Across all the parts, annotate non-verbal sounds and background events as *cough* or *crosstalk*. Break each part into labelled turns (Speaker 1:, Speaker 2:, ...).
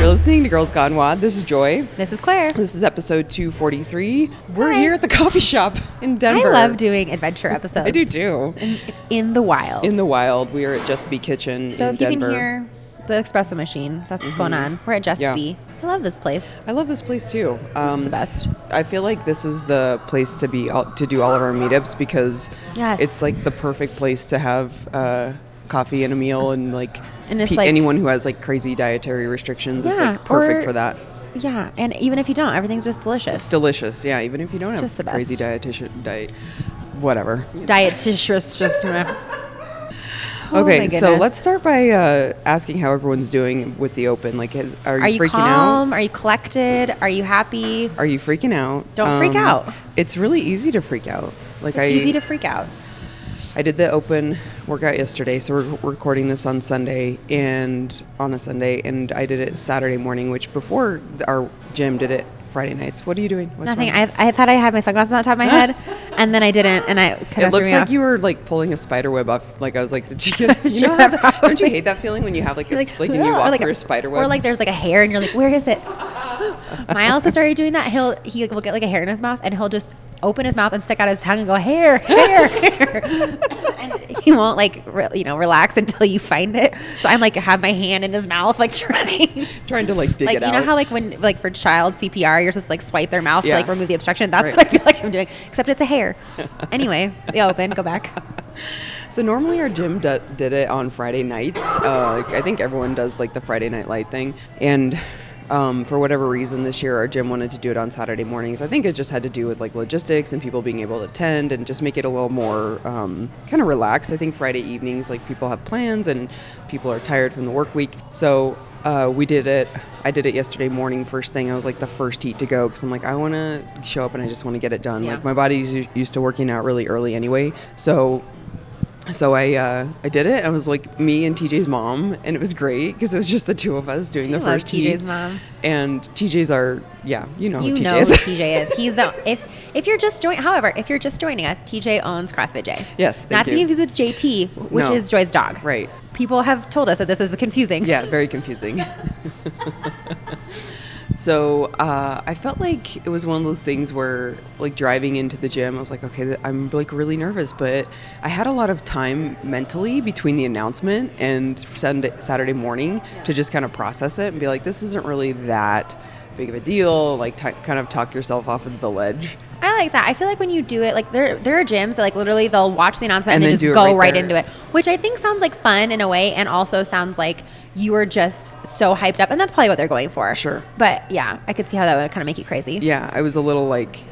Speaker 1: Girls Gone Wild. This is Joy.
Speaker 2: This is Claire.
Speaker 1: This is episode 243. We're
Speaker 2: Hi.
Speaker 1: here at the coffee shop in
Speaker 2: I
Speaker 1: Denver.
Speaker 2: love doing adventure episodes.
Speaker 1: I do too.
Speaker 2: In the wild.
Speaker 1: In the wild, we are at Just Be Kitchen
Speaker 2: so
Speaker 1: in
Speaker 2: if you
Speaker 1: Denver. Mm-hmm.
Speaker 2: can hear the espresso machine, that's what's going on. We're at Just
Speaker 1: Yeah.
Speaker 2: B. I love this place. It's
Speaker 1: I love this place too. Um,
Speaker 2: the best.
Speaker 1: I feel like this is the place to be all, to do all of our meetups because
Speaker 2: Yes.
Speaker 1: it's like the perfect place to have uh, coffee and a meal and like,
Speaker 2: And it's like-
Speaker 1: anyone who has like crazy dietary restrictions, it's like perfect
Speaker 2: or-
Speaker 1: for that.
Speaker 2: Yeah, and even if you don't, everything's just delicious.
Speaker 1: It's delicious. Yeah, even if you don't
Speaker 2: It's
Speaker 1: have
Speaker 2: just the best.
Speaker 1: crazy dietitian diet, whatever. *laughs*
Speaker 2: Dietitious, just Oh my
Speaker 1: okay, so
Speaker 2: goodness.
Speaker 1: let's start by uh, asking how everyone's doing with the open. Like, has, are you,
Speaker 2: Are you
Speaker 1: freaking out?
Speaker 2: calm? Are you collected? Are you happy?
Speaker 1: Are you freaking out? Um,
Speaker 2: Don't freak out.
Speaker 1: It's really easy to freak out. Like I,
Speaker 2: Easy to freak out.
Speaker 1: I did the open workout yesterday, so we're recording this on Sunday and on a Sunday, and I did it Saturday morning, which before our gym did it Friday nights. What are you doing? What's
Speaker 2: Nothing.
Speaker 1: wrong?
Speaker 2: I, I thought I had my sunglasses on the top of my
Speaker 1: *laughs*
Speaker 2: head, and then I didn't, and I kind
Speaker 1: It
Speaker 2: of
Speaker 1: looked
Speaker 2: threw me
Speaker 1: like
Speaker 2: off.
Speaker 1: you were like pulling a spider web off. Like I was like,
Speaker 2: *laughs*
Speaker 1: did you get? *laughs* You know,
Speaker 2: Sure,
Speaker 1: that, don't you
Speaker 2: probably.
Speaker 1: hate that feeling when you have like a,
Speaker 2: You're
Speaker 1: like, like when
Speaker 2: *laughs*
Speaker 1: you
Speaker 2: "Ugh,"
Speaker 1: walk
Speaker 2: like
Speaker 1: through a spider web?
Speaker 2: Or like there's like a hair and you're like, where is it? *laughs* Miles has started doing that. He'll he will get like a hair in his mouth and he'll just open his mouth and stick out his tongue and go hair, hair, hair. *laughs* and he won't like re- you know relax until you find it. So I'm like have my hand in his mouth like *laughs* trying.
Speaker 1: trying to like dig
Speaker 2: Like
Speaker 1: it
Speaker 2: you
Speaker 1: out.
Speaker 2: know how like when like for child CPR you're just like swipe their mouth
Speaker 1: Yeah.
Speaker 2: to like remove the obstruction. That's
Speaker 1: Right.
Speaker 2: what I feel like I'm doing, except it's
Speaker 1: *laughs*
Speaker 2: a hair. Anyway, the open. Go back.
Speaker 1: So normally our gym d- did it on Friday nights. Uh, I think everyone does like the Friday night light thing, and um, for whatever reason this year our gym wanted to do it on Saturday mornings. I think it just had to do with like logistics and people being able to attend and just make it a little more um, kind of relaxed. I think Friday evenings like people have plans and people are tired from the work week, so. Uh, we did it. I did it yesterday morning. First thing, I was like the first heat to go because I'm like, I want to show up and I just want to get it done.
Speaker 2: Yeah.
Speaker 1: Like my body's u- used to working out really early anyway, so so I uh, I did it. I was like me and TJ's mom, and it was great because it was just the two of us doing the
Speaker 2: love
Speaker 1: first
Speaker 2: TJ's
Speaker 1: heat.
Speaker 2: mom.
Speaker 1: And TJ's are yeah, you know
Speaker 2: You
Speaker 1: who TJ
Speaker 2: know
Speaker 1: Oh, is. *laughs*
Speaker 2: who TJ is. He's the if if you're just joining. However, if you're just joining us, TJ owns CrossFit J.
Speaker 1: Yes, they
Speaker 2: not to be
Speaker 1: do.
Speaker 2: confused with JT, which
Speaker 1: No.
Speaker 2: is Joy's dog.
Speaker 1: Right.
Speaker 2: People have told us that this is confusing.
Speaker 1: yeah, very confusing. so uh, I felt like it was one of those things where, like, driving into the gym, I was like, okay, th- I'm like really nervous, but I had a lot of time mentally between the announcement and Sunday, Saturday morning to just kind of process it and be like, this isn't really that big of a deal. Like, ti kind of talk yourself off of the ledge.
Speaker 2: I like that. I feel like when you do it, like there there are gyms that like literally they'll watch the announcement
Speaker 1: And then
Speaker 2: and, then
Speaker 1: do it
Speaker 2: just go
Speaker 1: right
Speaker 2: right,
Speaker 1: there.
Speaker 2: into it, which I think sounds like fun in a way, and also sounds like you are just so hyped up, and that's probably what they're going for.
Speaker 1: Sure.
Speaker 2: But yeah, I could see how that would kind of make you crazy.
Speaker 1: Yeah, I was a little like,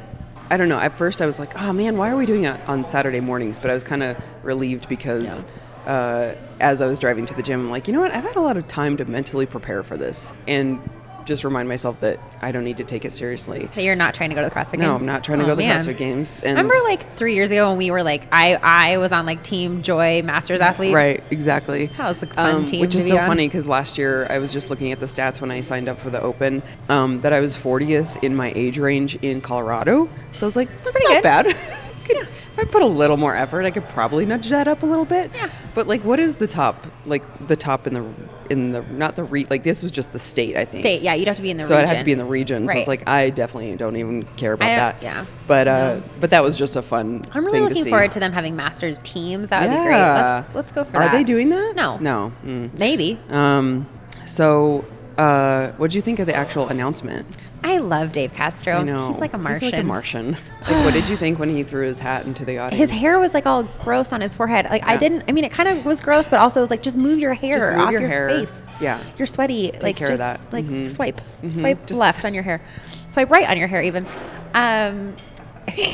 Speaker 1: I don't know. At first, I was like, oh man, why are we doing it on Saturday mornings? But I was kind of relieved because uh, as I was driving to the gym, I'm like, you know what? I've had a lot of time to mentally prepare for this and just remind myself that I don't need to take it seriously.
Speaker 2: That you're not trying to go to the CrossFit Games.
Speaker 1: No, I'm not trying to
Speaker 2: Oh,
Speaker 1: go to the
Speaker 2: man.
Speaker 1: CrossFit Games. And
Speaker 2: Remember, like three years ago when we were like, I I was on like Team Joy Masters athlete.
Speaker 1: Right, exactly. Um,
Speaker 2: That was a fun team
Speaker 1: Which
Speaker 2: to
Speaker 1: is
Speaker 2: be
Speaker 1: so
Speaker 2: on.
Speaker 1: funny because last year I was just looking at the stats when I signed up for the Open um, that I was 40th in my age range in Colorado. So I was like, that's,
Speaker 2: pretty
Speaker 1: not
Speaker 2: good.
Speaker 1: bad. *laughs* Could- If I put a little more effort, I could probably nudge that up a little bit.
Speaker 2: Yeah.
Speaker 1: But like, what is the top? Like the top in the in the not the re like this was just the state I think
Speaker 2: State, yeah, you'd have to be in the
Speaker 1: so
Speaker 2: region.
Speaker 1: I'd have to be in the region. So I was
Speaker 2: Right.
Speaker 1: like, I definitely don't even care about
Speaker 2: I don't-
Speaker 1: that.
Speaker 2: yeah.
Speaker 1: But uh, but that was just a fun.
Speaker 2: I'm really
Speaker 1: thing
Speaker 2: looking
Speaker 1: to see.
Speaker 2: forward to them having masters teams. That would be great.
Speaker 1: Yeah.
Speaker 2: Let's let's go for
Speaker 1: Are
Speaker 2: that.
Speaker 1: they doing that?
Speaker 2: No.
Speaker 1: No. Mm.
Speaker 2: Maybe.
Speaker 1: Um, so, uh, what do you think of the actual announcement?
Speaker 2: I love Dave Castro.
Speaker 1: I know
Speaker 2: Oh, He's like a Martian.
Speaker 1: He's like a Martian. Like, what did you think when he threw his hat into the audience?
Speaker 2: His hair was like all gross on his forehead. Like I
Speaker 1: Yeah.
Speaker 2: didn't. I mean, it kind of was gross, but also it was like just move your hair
Speaker 1: Just move
Speaker 2: off
Speaker 1: your
Speaker 2: your,
Speaker 1: hair.
Speaker 2: face.
Speaker 1: Yeah.
Speaker 2: you're sweaty. like
Speaker 1: care of
Speaker 2: just
Speaker 1: that.
Speaker 2: like
Speaker 1: Mhm.
Speaker 2: swipe,
Speaker 1: Mhm.
Speaker 2: swipe
Speaker 1: Just-
Speaker 2: left on your hair, swipe right on your hair even. Um, *laughs*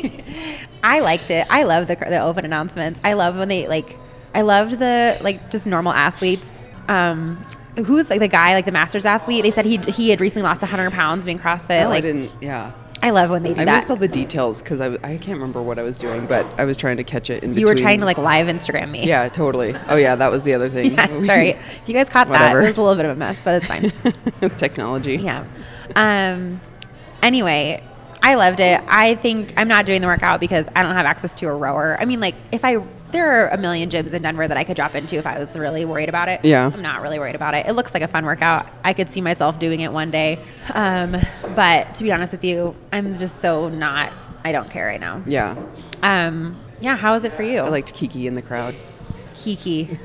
Speaker 2: I liked it. I love the the open announcements. I love when they like. I loved the like just normal athletes. Um, who was like the guy like the masters athlete? They said he he had recently lost 100 pounds doing CrossFit.
Speaker 1: Oh, I
Speaker 2: like
Speaker 1: didn't. Yeah.
Speaker 2: I love when they do
Speaker 1: I
Speaker 2: that.
Speaker 1: missed all the details because I, I can't remember what I was doing, but I was trying to catch it in between.
Speaker 2: you were trying to like live Instagram me.
Speaker 1: Yeah, totally. Oh yeah, that was the other thing. *laughs*
Speaker 2: Yeah, *laughs* sorry. If you guys caught that,
Speaker 1: Whatever.
Speaker 2: it was a little
Speaker 1: *laughs*
Speaker 2: bit of a mess, but it's fine.
Speaker 1: Technology.
Speaker 2: yeah. Um. Anyway, I loved it. I think I'm not doing the workout because I don't have access to a rower. I mean, like if I there are a million gyms in Denver that I could drop into if I was really worried about it.
Speaker 1: Yeah.
Speaker 2: I'm not really worried about it. It looks like a fun workout. I could see myself doing it one day. Um, but to be honest with you, I'm just so not. I don't care right now.
Speaker 1: Yeah.
Speaker 2: Um, yeah. How is it for you?
Speaker 1: I liked Kiki in the crowd.
Speaker 2: Kiki.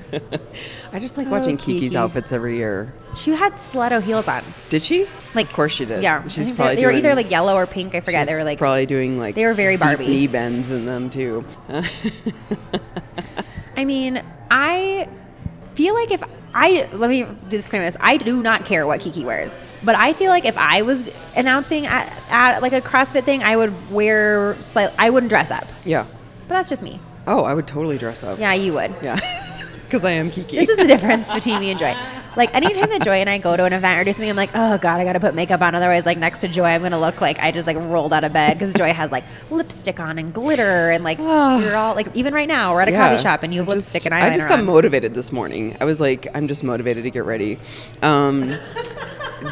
Speaker 1: I just like watching Kiki's
Speaker 2: Oh, Kiki.
Speaker 1: outfits every year.
Speaker 2: She had stiletto heels on.
Speaker 1: Did she?
Speaker 2: Like
Speaker 1: of course she did.
Speaker 2: Yeah. I think
Speaker 1: She's
Speaker 2: they-
Speaker 1: probably
Speaker 2: they were
Speaker 1: doing-
Speaker 2: either like yellow or pink. I forget.
Speaker 1: she's
Speaker 2: They were like
Speaker 1: probably doing like
Speaker 2: They were very
Speaker 1: deep
Speaker 2: Barbie.
Speaker 1: knee bends in them too. Uh,
Speaker 2: I mean, I feel like if I let me disclaim this, I do not care what Kiki wears, but I feel like if I was announcing at, at like a CrossFit thing, I would wear slight. I wouldn't dress up,
Speaker 1: yeah.
Speaker 2: but that's just me.
Speaker 1: Oh, I would totally dress up.
Speaker 2: Yeah, you would.
Speaker 1: Yeah. *laughs* Because I am Kiki.
Speaker 2: This is the difference between me and Joy. Like anytime that Joy and I go to an event or do something, I'm like, oh god, I gotta put makeup on. Otherwise, like next to Joy, I'm gonna look like I just like rolled out of bed because Joy has like lipstick on and glitter
Speaker 1: *sighs*
Speaker 2: and like you're all like even right now we're at a coffee shop and you have
Speaker 1: Ah. I
Speaker 2: lipstick
Speaker 1: just-
Speaker 2: and eyeliner
Speaker 1: I just got
Speaker 2: on.
Speaker 1: motivated this morning. I was like, I'm just motivated to get ready.
Speaker 2: *laughs*
Speaker 1: Um,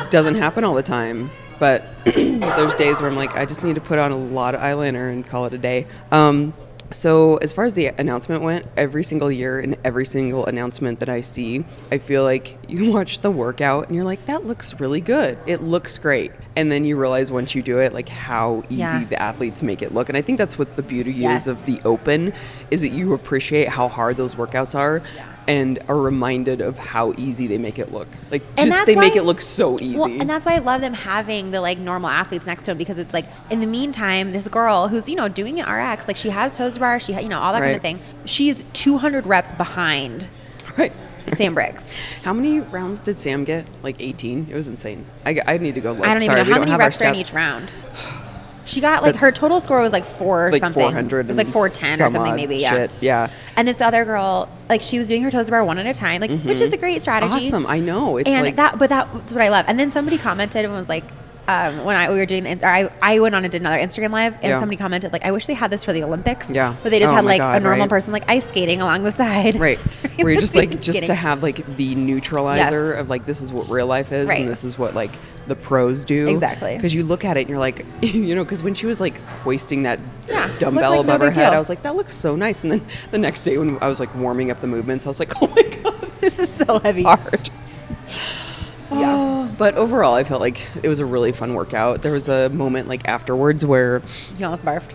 Speaker 1: doesn't happen all the time, but *clears throat* there's days where I'm like, I just need to put on a lot of eyeliner and call it a day. Um, so as far as the announcement went, every single year and every single announcement that I see, I feel like *laughs* you watch the workout and you're like, that looks really good. It looks great. And then you realize once you do it, like how easy
Speaker 2: Yeah.
Speaker 1: the athletes make it look. And I think that's what the beauty
Speaker 2: Yes.
Speaker 1: is of the open is that you appreciate how hard those workouts are and are reminded of how easy they make it look. Like
Speaker 2: And
Speaker 1: just
Speaker 2: that's
Speaker 1: they make
Speaker 2: why-
Speaker 1: it look so easy.
Speaker 2: Well, and that's why I love them having the like normal athletes next to him because it's like in the meantime, this girl who's you know doing it RX, like she has toes to bar, she ha- you know all that kind
Speaker 1: Right.
Speaker 2: of thing. She's 200 reps behind
Speaker 1: right.
Speaker 2: Sam Briggs.
Speaker 1: How many rounds did Sam get? Like 18. It was insane. I, I need to go look.
Speaker 2: I don't
Speaker 1: Sorry,
Speaker 2: even
Speaker 1: we
Speaker 2: know how
Speaker 1: don't
Speaker 2: many
Speaker 1: have our
Speaker 2: reps are in
Speaker 1: stats. *sighs*
Speaker 2: each round. She got like her
Speaker 1: That's
Speaker 2: total score was like four
Speaker 1: Like
Speaker 2: something.
Speaker 1: 400.
Speaker 2: It was like
Speaker 1: and
Speaker 2: 410 or
Speaker 1: some
Speaker 2: something
Speaker 1: odd
Speaker 2: maybe. Yeah.
Speaker 1: shit. Yeah.
Speaker 2: And this other girl, like she was doing her toes to bar one at a time, like which is a great strategy.
Speaker 1: Mm-hmm. Awesome. I know. It's
Speaker 2: and
Speaker 1: like
Speaker 2: that but that's what i love and then somebody commented and was like um, when I, we were doing the, or I, I went on and did another instagram live and
Speaker 1: Yeah.
Speaker 2: somebody commented like i wish they had this for the olympics
Speaker 1: Yeah.
Speaker 2: but they just
Speaker 1: Oh
Speaker 2: had
Speaker 1: my
Speaker 2: like a
Speaker 1: God,
Speaker 2: normal
Speaker 1: right.
Speaker 2: person like ice skating along the *laughs* side
Speaker 1: Right. Where you're just like, just to
Speaker 2: Skating.
Speaker 1: have like the neutralizer of like, this is what real life is
Speaker 2: Right.
Speaker 1: and this is what like the pros do.
Speaker 2: Exactly.
Speaker 1: Because you look at it and you're like, *laughs* you know, because when she was like hoisting that
Speaker 2: Yeah, looks
Speaker 1: dumbbell
Speaker 2: like no
Speaker 1: above her
Speaker 2: big
Speaker 1: head,
Speaker 2: deal.
Speaker 1: I was like, that looks so nice. And then the next day when I was like warming up the movements, I was like, *laughs* oh my
Speaker 2: *laughs*
Speaker 1: God, this
Speaker 2: *laughs* this is so heavy
Speaker 1: is hard.
Speaker 2: Yeah.
Speaker 1: Oh, but overall, I felt like it was a really fun workout. There was a moment like afterwards where,
Speaker 2: you almost barfed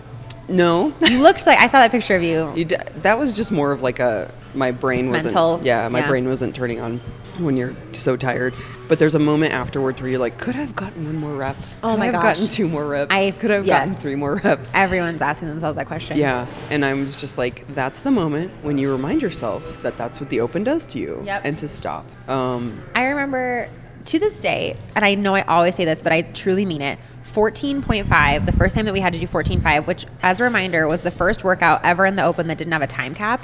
Speaker 1: no,
Speaker 2: you looked like i saw that picture of you
Speaker 1: You d- that was just more of like a my brain wasn't
Speaker 2: Mental,
Speaker 1: yeah my
Speaker 2: yeah.
Speaker 1: brain wasn't turning on when you're so tired but there's a moment afterwards where you're like could I have gotten one more rep
Speaker 2: Oh
Speaker 1: could
Speaker 2: my
Speaker 1: I have
Speaker 2: gosh.
Speaker 1: gotten two more reps
Speaker 2: I-
Speaker 1: could I have gotten
Speaker 2: yes.
Speaker 1: three more reps
Speaker 2: everyone's asking themselves that question
Speaker 1: yeah and I was just like that's the moment when you remind yourself that that's what the open does to you
Speaker 2: Yep.
Speaker 1: and to stop um
Speaker 2: I remember to this day, and I know I always say this, but I truly mean it. 14.5, the first time that we had to do 14.5, which, as a reminder, was the first workout ever in the open that didn't have a time cap.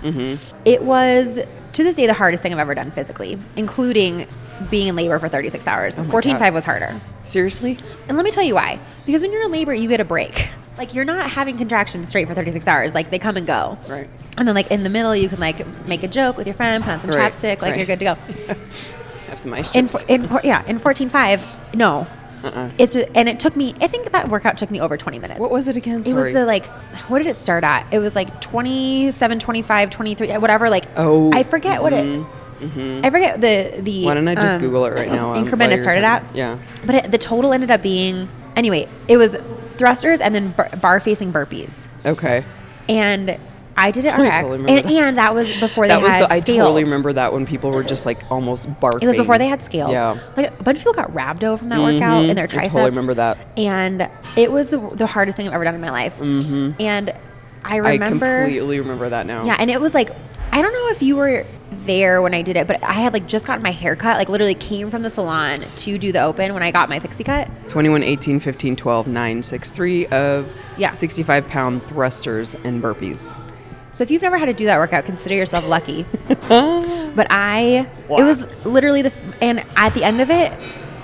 Speaker 2: It was, to this day, the hardest thing I've ever done physically, including being in labor for 36 hours. 14.5 was harder.
Speaker 1: seriously
Speaker 2: And let me tell you why. Because when you're in labor, you get a break. Like, you're not having contractions straight for 36 hours. Like, they come and go.
Speaker 1: Right.
Speaker 2: And then, like, in the middle, you can, like, make a joke with your friend, put on some
Speaker 1: Right,
Speaker 2: chapstick, like,
Speaker 1: right.
Speaker 2: you're good to
Speaker 1: *laughs*
Speaker 2: go
Speaker 1: have some ice
Speaker 2: in,
Speaker 1: chips
Speaker 2: in yeah in fourteen five no
Speaker 1: Uh-uh.
Speaker 2: it's just, and it took me I think that workout took me over twenty minutes.
Speaker 1: what was it again
Speaker 2: it
Speaker 1: sorry
Speaker 2: was the like what did it start at it was like 27 25 23 whatever like
Speaker 1: Oh, mm-hmm,
Speaker 2: i forget what it i forget the the
Speaker 1: why don't I just Google it right
Speaker 2: *coughs*
Speaker 1: now um, while
Speaker 2: uh, increment it
Speaker 1: you're
Speaker 2: started
Speaker 1: talking?
Speaker 2: at
Speaker 1: yeah
Speaker 2: but it, the total ended up being anyway it was thrusters and then bar, bar facing burpees
Speaker 1: okay
Speaker 2: and i did it
Speaker 1: I
Speaker 2: rx
Speaker 1: totally remember
Speaker 2: and,
Speaker 1: that.
Speaker 2: and that was before they
Speaker 1: that was
Speaker 2: had
Speaker 1: the I totally
Speaker 2: scaled.
Speaker 1: remember that when people were just like almost barfing
Speaker 2: It was before they had scaled.
Speaker 1: yeah Mm-hmm.
Speaker 2: Like a bunch of people got rhabdo from that workout in
Speaker 1: I
Speaker 2: their
Speaker 1: totally
Speaker 2: triceps.
Speaker 1: remember that.
Speaker 2: And it was the, the hardest thing I've ever done in my life. Mm-hmm. And I remember.
Speaker 1: I completely remember that now.
Speaker 2: yeah, and it was like, I don't know if you were there when I did it, but I had like just gotten my hair cut, like literally came from the salon to do the open when I got my pixie cut.
Speaker 1: 21, 18, 15, 12, 9, 6, 3 of
Speaker 2: Yeah.
Speaker 1: 65 pound thrusters and burpees.
Speaker 2: So if you've never had to do that workout, consider
Speaker 1: *laughs*
Speaker 2: yourself lucky. but I, it was literally the, and at the end of it,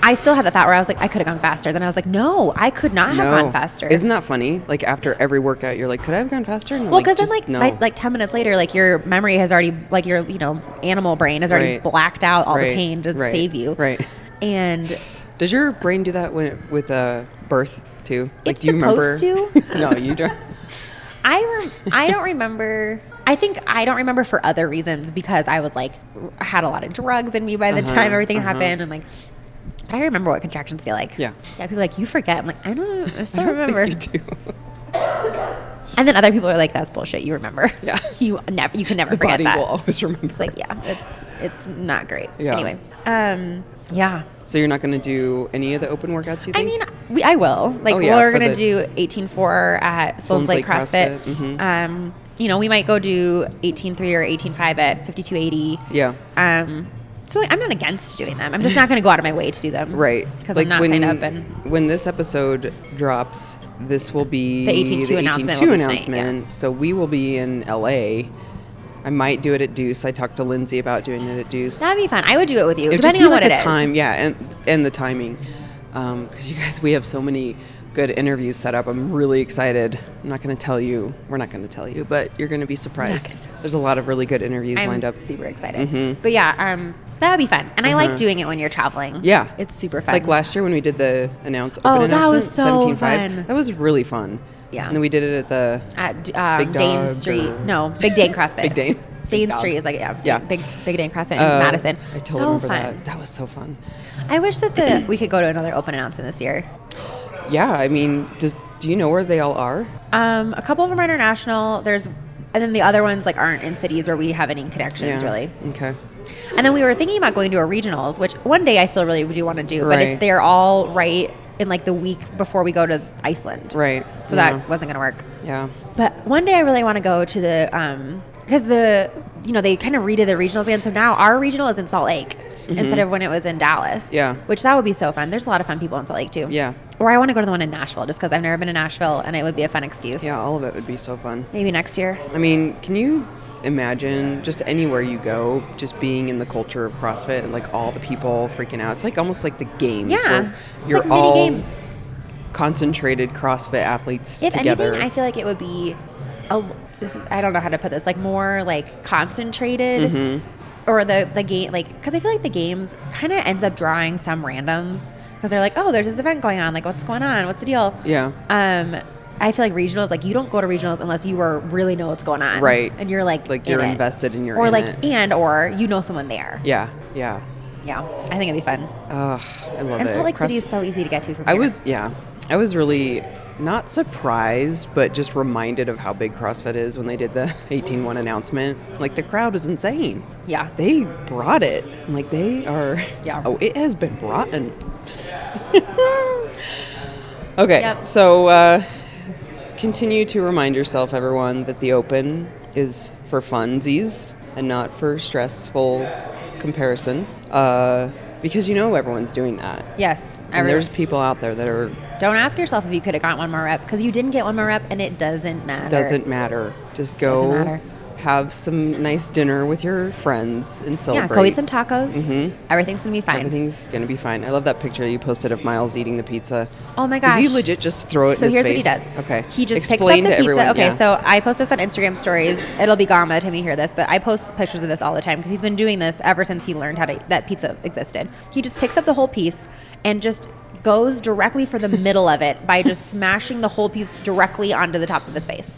Speaker 2: I still had the thought where I was like, I could have gone faster. Then I was like, no, I could not have gone faster.
Speaker 1: Isn't that funny? Like after every workout, you're like, could I have gone faster? And I'm
Speaker 2: Well, because
Speaker 1: just
Speaker 2: then,
Speaker 1: no.
Speaker 2: like, like, like ten minutes later, like your memory has already, like your, you know, animal brain has already
Speaker 1: Right.
Speaker 2: blacked out all
Speaker 1: Right,
Speaker 2: the pain to
Speaker 1: right,
Speaker 2: save you.
Speaker 1: right.
Speaker 2: And
Speaker 1: Does your brain do that when it, with uh, birth? to? Like,
Speaker 2: It's
Speaker 1: do you remember? *laughs*
Speaker 2: supposed
Speaker 1: no, you don't.
Speaker 2: I rem- I don't remember. I think I don't remember for other reasons because I was like r- had a lot of drugs in me by the
Speaker 1: Uh-huh,
Speaker 2: time everything
Speaker 1: uh-huh.
Speaker 2: happened and like. But I remember what contractions feel like.
Speaker 1: Yeah.
Speaker 2: Yeah. People are like you forget. I'm like I don't. *laughs*
Speaker 1: *laughs*
Speaker 2: I still remember.
Speaker 1: You do.
Speaker 2: And then other people are like that's bullshit. You remember.
Speaker 1: Yeah.
Speaker 2: *laughs* You never. You can never
Speaker 1: The
Speaker 2: forget
Speaker 1: body
Speaker 2: that.
Speaker 1: will always remember.
Speaker 2: It's like yeah. It's it's not great.
Speaker 1: Yeah.
Speaker 2: Anyway. Um. Yeah.
Speaker 1: so you're not going to do any of the open workouts? You
Speaker 2: I
Speaker 1: think?
Speaker 2: mean, we, I will. Like,
Speaker 1: Oh, yeah,
Speaker 2: we're
Speaker 1: for
Speaker 2: gonna
Speaker 1: the-
Speaker 2: do eighteen four at Sloan's
Speaker 1: Sloan's
Speaker 2: Lake
Speaker 1: Lake
Speaker 2: CrossFit.
Speaker 1: CrossFit, mhm.
Speaker 2: Um, you know, we might go do eighteen three or eighteen five at fifty two eighty.
Speaker 1: Yeah.
Speaker 2: Um, so like, I'm not against doing them. I'm just not gonna go out of my way to do them.
Speaker 1: Right.
Speaker 2: Because
Speaker 1: Like,
Speaker 2: I'm not
Speaker 1: when,
Speaker 2: signed up and
Speaker 1: when this episode drops, this will be
Speaker 2: The 18-2 announcement
Speaker 1: 18-2
Speaker 2: will be tonight,
Speaker 1: announcement. So we will be in LA. I might do it at Deuce. I talked to Lindsay about doing it at Deuce.
Speaker 2: that'd be fun. I would do it with you,
Speaker 1: It would just
Speaker 2: depending
Speaker 1: be
Speaker 2: on
Speaker 1: like
Speaker 2: what
Speaker 1: the
Speaker 2: it is.
Speaker 1: time, yeah, and and the timing, because you guys, we have so many good interviews set up. I'm really excited. I'm not going to tell you. We're not going to tell you, but you're going to be surprised.
Speaker 2: gonna tell
Speaker 1: There's a lot of really good interviews
Speaker 2: I'm
Speaker 1: lined up.
Speaker 2: super excited.
Speaker 1: Mhm.
Speaker 2: But yeah, um, that would be fun. And I
Speaker 1: Uh-huh.
Speaker 2: like doing it when you're traveling.
Speaker 1: Yeah.
Speaker 2: It's super fun.
Speaker 1: Like last year when we did the announce open
Speaker 2: Oh, that
Speaker 1: announcement,
Speaker 2: was so
Speaker 1: 17.5,
Speaker 2: fun.
Speaker 1: That was really fun.
Speaker 2: Yeah.
Speaker 1: And then we did it at the
Speaker 2: at um,
Speaker 1: Big
Speaker 2: Dane
Speaker 1: Dog
Speaker 2: Street.
Speaker 1: or-
Speaker 2: No, Big Dane
Speaker 1: *laughs*
Speaker 2: CrossFit.
Speaker 1: Big Dane. Big
Speaker 2: Dane
Speaker 1: Dog.
Speaker 2: Street is like yeah,
Speaker 1: Yeah.
Speaker 2: Big Big Dane CrossFit in
Speaker 1: uh,
Speaker 2: Madison.
Speaker 1: I totally
Speaker 2: so
Speaker 1: remember
Speaker 2: fun.
Speaker 1: that. That was so fun.
Speaker 2: I wish that the we could go to another open announcement this year.
Speaker 1: Yeah, I mean, does do you know where they all are?
Speaker 2: Um, a couple of them are international. There's, and then the other ones like aren't in cities where we have any connections really.
Speaker 1: Okay.
Speaker 2: And then we were thinking about going to a regionals, which one day I still really do want to do, but
Speaker 1: Right.
Speaker 2: it, they're all right in like the week before we go to Iceland.
Speaker 1: Right.
Speaker 2: So
Speaker 1: yeah.
Speaker 2: that wasn't gonna work.
Speaker 1: Yeah.
Speaker 2: But one day I really want to go to the because the you know they kind of redid the regionals again. So now our regional is in Salt Lake instead of when it was in Dallas.
Speaker 1: Mm-hmm. Yeah.
Speaker 2: which that would be so fun. There's a lot of fun people in Salt Lake too.
Speaker 1: Yeah.
Speaker 2: Or I want to go to the one in Nashville just because I've never been to Nashville and it would be a fun excuse.
Speaker 1: Yeah, all of it would be so fun.
Speaker 2: Maybe next year.
Speaker 1: I mean, can you imagine just anywhere you go, just being in the culture of CrossFit and like all the people freaking out? It's like almost like the games.
Speaker 2: Yeah.
Speaker 1: where
Speaker 2: It's
Speaker 1: you're
Speaker 2: like mini
Speaker 1: all
Speaker 2: games.
Speaker 1: concentrated CrossFit athletes
Speaker 2: If
Speaker 1: together.
Speaker 2: anything, I feel like it would be a. This is, I don't know how to put this. Like more like concentrated.
Speaker 1: Mm-hmm.
Speaker 2: Or the the game like because I feel like the games kind of ends up drawing some randoms because they're like oh there's this event going on like what's going on what's the deal
Speaker 1: yeah.
Speaker 2: um I feel like regionals like you don't go to regionals unless you are really know what's going on
Speaker 1: Right.
Speaker 2: and you're like
Speaker 1: Like
Speaker 2: in
Speaker 1: you're
Speaker 2: it.
Speaker 1: invested and you're
Speaker 2: or
Speaker 1: in
Speaker 2: like
Speaker 1: it.
Speaker 2: and or you know someone there
Speaker 1: Yeah. Yeah.
Speaker 2: yeah I think it'd be fun
Speaker 1: Ugh, I love
Speaker 2: and
Speaker 1: it.
Speaker 2: Salt Lake City
Speaker 1: Cross-
Speaker 2: is so easy to get to from
Speaker 1: I
Speaker 2: here.
Speaker 1: was yeah. I was really not surprised, but just reminded of how big CrossFit is when they did the *laughs* 18-1 announcement. Like the crowd is insane.
Speaker 2: yeah
Speaker 1: They brought it. Like they are.
Speaker 2: Yeah.
Speaker 1: *laughs* Oh, it has been brought in. *laughs* okay,
Speaker 2: Yep.
Speaker 1: so uh, continue to remind yourself, everyone, that the open is for funsies and not for stressful comparison. Uh, because you know everyone's doing that.
Speaker 2: yes
Speaker 1: And
Speaker 2: everyone.
Speaker 1: there's people out there that are
Speaker 2: Don't ask yourself if you could have got one more rep because you didn't get one more rep and it doesn't matter.
Speaker 1: doesn't matter. Just go
Speaker 2: matter.
Speaker 1: have some nice dinner with your friends and
Speaker 2: Yeah,
Speaker 1: celebrate.
Speaker 2: go eat some tacos.
Speaker 1: Mhm.
Speaker 2: Everything's gonna be fine.
Speaker 1: Everything's gonna be fine. I love that picture you posted of Miles eating the pizza.
Speaker 2: Oh my
Speaker 1: Does he
Speaker 2: gosh.
Speaker 1: legit just throw it?
Speaker 2: so
Speaker 1: in
Speaker 2: here's
Speaker 1: his
Speaker 2: what he
Speaker 1: face?
Speaker 2: does.
Speaker 1: Okay.
Speaker 2: He just
Speaker 1: Explain
Speaker 2: picks up the
Speaker 1: to everyone.
Speaker 2: pizza. Okay,
Speaker 1: yeah.
Speaker 2: so I post this on Instagram stories. It'll be gone by the time you hear this, but I post pictures of this all the time because he's been doing this ever since he learned how to that pizza existed. He just picks up the whole piece and just goes directly
Speaker 1: *laughs*
Speaker 2: for the middle of it by just smashing the whole piece directly onto the top of his face.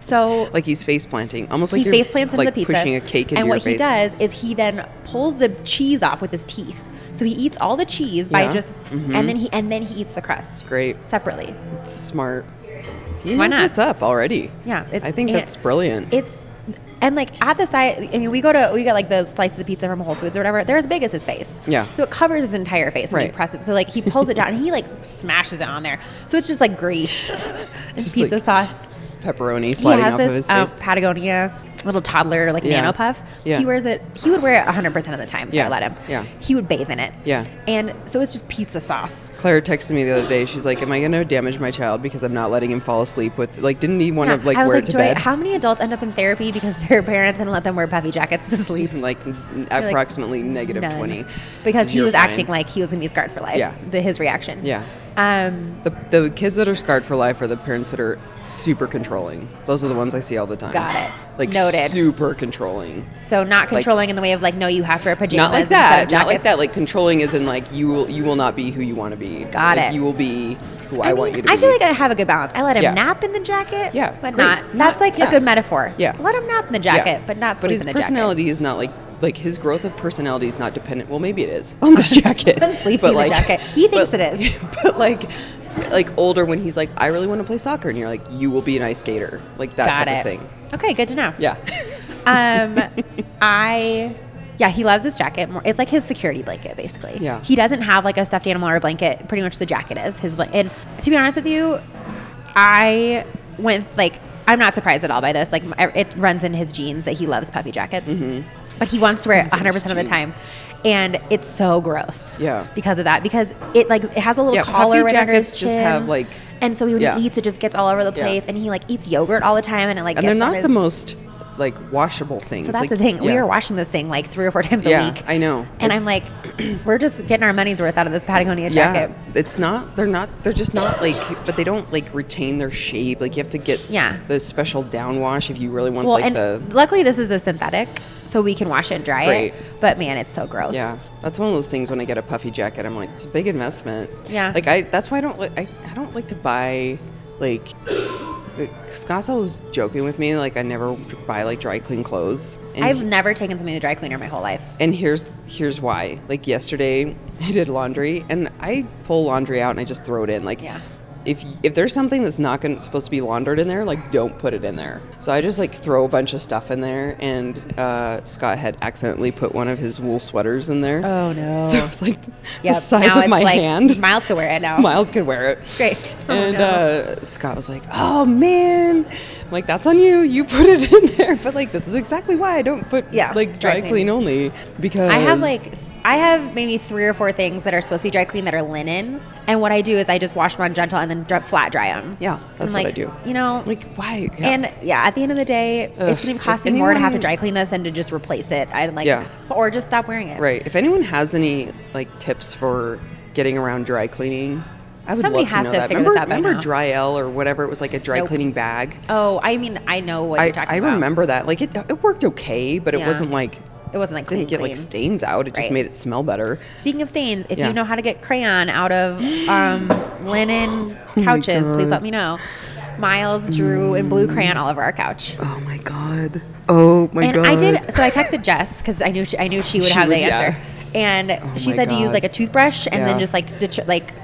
Speaker 2: So
Speaker 1: like he's face planting, almost *laughs* like
Speaker 2: he
Speaker 1: you're
Speaker 2: face plants into
Speaker 1: like
Speaker 2: the pizza,
Speaker 1: pushing a cake into
Speaker 2: and
Speaker 1: your
Speaker 2: what
Speaker 1: face.
Speaker 2: he does is he then pulls the cheese off with his teeth. So he eats all the cheese by
Speaker 1: Yeah. Mm-hmm.
Speaker 2: just, and then he and then he eats the crust
Speaker 1: Great.
Speaker 2: separately.
Speaker 1: It's smart. He
Speaker 2: Why
Speaker 1: knows
Speaker 2: not?
Speaker 1: what's up already.
Speaker 2: Yeah, it's-
Speaker 1: I think
Speaker 2: and-
Speaker 1: that's brilliant.
Speaker 2: It's and like at the side, I mean, we go to we get like the slices of pizza from Whole Foods or whatever. They're as big as his face.
Speaker 1: Yeah.
Speaker 2: So it covers his entire face when you
Speaker 1: Right.
Speaker 2: press it. So like he pulls it down and he like smashes it on there. So it's just
Speaker 1: *laughs*
Speaker 2: like grease and
Speaker 1: Just,
Speaker 2: pizza
Speaker 1: like,
Speaker 2: sauce.
Speaker 1: Pepperoni
Speaker 2: He
Speaker 1: sliding
Speaker 2: has
Speaker 1: off of his
Speaker 2: this um,
Speaker 1: face.
Speaker 2: Patagonia little toddler like
Speaker 1: Yeah.
Speaker 2: nano puff.
Speaker 1: Yeah.
Speaker 2: He wears it. He would wear it 100 percent of the time if
Speaker 1: Yeah.
Speaker 2: I let him.
Speaker 1: Yeah.
Speaker 2: He would bathe in it.
Speaker 1: Yeah.
Speaker 2: And so it's just pizza sauce.
Speaker 1: Claire texted me the other day. She's like, "Am I going to damage my child because I'm not letting him fall asleep with like? Didn't he want
Speaker 2: Yeah.
Speaker 1: to like
Speaker 2: I was
Speaker 1: wear
Speaker 2: like,
Speaker 1: it to
Speaker 2: Joy,
Speaker 1: bed?
Speaker 2: how many adults end up in therapy because *laughs* their parents didn't let them wear puffy jackets to sleep?
Speaker 1: *laughs* like approximately negative
Speaker 2: None.
Speaker 1: twenty
Speaker 2: Because he
Speaker 1: You're
Speaker 2: was
Speaker 1: fine.
Speaker 2: acting like he was going to be scarred for life.
Speaker 1: Yeah.
Speaker 2: The, his reaction.
Speaker 1: Yeah.
Speaker 2: Um.
Speaker 1: The, the kids that are scarred for life are the parents that are super controlling. Those are the ones I see all the time.
Speaker 2: Got it.
Speaker 1: Like
Speaker 2: Noted.
Speaker 1: super controlling.
Speaker 2: So not controlling in the way of like, no, you have to wear pajamas.
Speaker 1: Not like
Speaker 2: instead
Speaker 1: that.
Speaker 2: of
Speaker 1: Not like
Speaker 2: jackets.
Speaker 1: that. Like controlling is in like you will you will not be who you want to be.
Speaker 2: Got
Speaker 1: Like,
Speaker 2: it.
Speaker 1: You will be who I, want you
Speaker 2: mean,
Speaker 1: to
Speaker 2: I
Speaker 1: be.
Speaker 2: feel like I have a good balance. I let him
Speaker 1: Yeah.
Speaker 2: nap in the jacket,
Speaker 1: Yeah,
Speaker 2: but
Speaker 1: great.
Speaker 2: not. That's like
Speaker 1: yeah.
Speaker 2: a good metaphor.
Speaker 1: Yeah.
Speaker 2: let him nap in the
Speaker 1: Yeah.
Speaker 2: jacket, but not sleep
Speaker 1: But his
Speaker 2: in the
Speaker 1: personality is not like like his growth of personality is not dependent. Well, maybe it is *laughs* on
Speaker 2: *laughs*
Speaker 1: this jacket.
Speaker 2: On sleeping
Speaker 1: but
Speaker 2: in the jacket. He thinks
Speaker 1: but-
Speaker 2: it is.
Speaker 1: *laughs* But like like older when he's like, I really want to play soccer, and you're like, you will be an ice skater, like that
Speaker 2: jacket.
Speaker 1: type of
Speaker 2: Got it.
Speaker 1: thing.
Speaker 2: Okay, good to know.
Speaker 1: Yeah. *laughs*
Speaker 2: Um, I, yeah, he loves his jacket more. It's like his security blanket, basically.
Speaker 1: Yeah.
Speaker 2: He doesn't have like a stuffed animal or a blanket. Pretty much the jacket is his. blan- And to be honest with you, I went like I'm not surprised at all by this. Like my- it runs in his genes that he loves puffy jackets,
Speaker 1: Mm-hmm.
Speaker 2: but he wants to wear it 100 percent of the
Speaker 1: jeans.
Speaker 2: time. And it's so gross.
Speaker 1: Yeah.
Speaker 2: Because of that, because it like it has a little
Speaker 1: Yeah,
Speaker 2: collar
Speaker 1: puffy
Speaker 2: right under his
Speaker 1: jackets just have,
Speaker 2: chin.
Speaker 1: like-
Speaker 2: and so when
Speaker 1: yeah.
Speaker 2: he eats, it just gets all over the
Speaker 1: Yeah.
Speaker 2: place. And he like eats yogurt all the time, and it like
Speaker 1: and
Speaker 2: gets
Speaker 1: they're
Speaker 2: on
Speaker 1: not
Speaker 2: his-
Speaker 1: the most like washable things.
Speaker 2: so that's
Speaker 1: like,
Speaker 2: the thing. We
Speaker 1: yeah.
Speaker 2: were washing this thing like three or four times a
Speaker 1: Yeah,
Speaker 2: week.
Speaker 1: I know.
Speaker 2: And
Speaker 1: It's-
Speaker 2: I'm like, *clears throat* we're just getting our money's worth out of this Patagonia jacket.
Speaker 1: Yeah, it's not. They're not. They're just not like. But they don't like retain their shape. Like you have to get
Speaker 2: Yeah.
Speaker 1: the special downwash if you really want
Speaker 2: Well,
Speaker 1: like
Speaker 2: and
Speaker 1: the
Speaker 2: luckily this is a synthetic, so we can wash it and dry
Speaker 1: Right.
Speaker 2: it. But man, it's so gross.
Speaker 1: Yeah, that's one of those things. When I get a puffy jacket, I'm like, it's a big investment.
Speaker 2: Yeah.
Speaker 1: Like I, that's why I don't. li- I, I don't like to buy like. Scott's always joking with me. Like I never buy like dry clean clothes. And
Speaker 2: I've never taken something to the dry cleaner my whole life.
Speaker 1: and here's here's why. Like yesterday, *laughs* I did laundry, and I pull laundry out and I just throw it in. Like,
Speaker 2: Yeah.
Speaker 1: if if there's something that's not gonna, supposed to be laundered in there, like don't put it in there. So I just like throw a bunch of stuff in there, and uh, Scott had accidentally put one of his wool sweaters in there.
Speaker 2: Oh,
Speaker 1: *laughs*
Speaker 2: no.
Speaker 1: So it's like the
Speaker 2: Yep.
Speaker 1: size
Speaker 2: now
Speaker 1: of
Speaker 2: it's
Speaker 1: my
Speaker 2: like,
Speaker 1: hand.
Speaker 2: Miles could wear it now.
Speaker 1: Miles could wear it.
Speaker 2: *laughs* Great. Oh,
Speaker 1: and
Speaker 2: no.
Speaker 1: uh, Scott was like, "Oh man." I'm like, "That's on you. *laughs* You put it in there." But like, this is exactly why I don't put
Speaker 2: Yeah,
Speaker 1: like
Speaker 2: dry
Speaker 1: dry clean
Speaker 2: cleaning.
Speaker 1: only because
Speaker 2: I have like I have maybe three or four things that are supposed to be dry clean that are linen, and what I do is I just wash them on gentle and then dr- flat dry them.
Speaker 1: Yeah, that's what I
Speaker 2: like,
Speaker 1: do.
Speaker 2: You know,
Speaker 1: Like why? Yeah.
Speaker 2: And yeah, at the end of the day,
Speaker 1: Ugh,
Speaker 2: it's going
Speaker 1: if
Speaker 2: to cost me more to have to
Speaker 1: anyone-
Speaker 2: dry clean this than to just replace it. I like,
Speaker 1: Yeah.
Speaker 2: *laughs* or just stop wearing it.
Speaker 1: right. If anyone has any like tips for getting around dry cleaning, I would
Speaker 2: Somebody
Speaker 1: love
Speaker 2: has
Speaker 1: to know
Speaker 2: to
Speaker 1: that.
Speaker 2: figure this
Speaker 1: remember,
Speaker 2: out by
Speaker 1: remember
Speaker 2: now.
Speaker 1: Dryell or whatever it was like a dry
Speaker 2: Nope.
Speaker 1: cleaning bag.
Speaker 2: Oh, I mean, I know what
Speaker 1: I,
Speaker 2: you're talking
Speaker 1: I
Speaker 2: about.
Speaker 1: remember that. Like it, it worked okay, but it
Speaker 2: Yeah.
Speaker 1: wasn't like
Speaker 2: It wasn't like clean.
Speaker 1: didn't get
Speaker 2: clean.
Speaker 1: like stains out. It just
Speaker 2: Right.
Speaker 1: made it smell better.
Speaker 2: Speaking of stains, if
Speaker 1: Yeah.
Speaker 2: you know how to get crayon
Speaker 1: *gasps*
Speaker 2: out of um, linen couches, please
Speaker 1: Oh God.
Speaker 2: let me know. Miles drew in blue crayon all over our couch.
Speaker 1: Oh my god. Oh my
Speaker 2: and I did. So I texted Jess because I knew she, I knew she would
Speaker 1: She
Speaker 2: have the
Speaker 1: would, yeah. Oh
Speaker 2: answer. And she
Speaker 1: my
Speaker 2: said to use
Speaker 1: God.
Speaker 2: like a toothbrush and
Speaker 1: Yeah.
Speaker 2: then just like ditch, like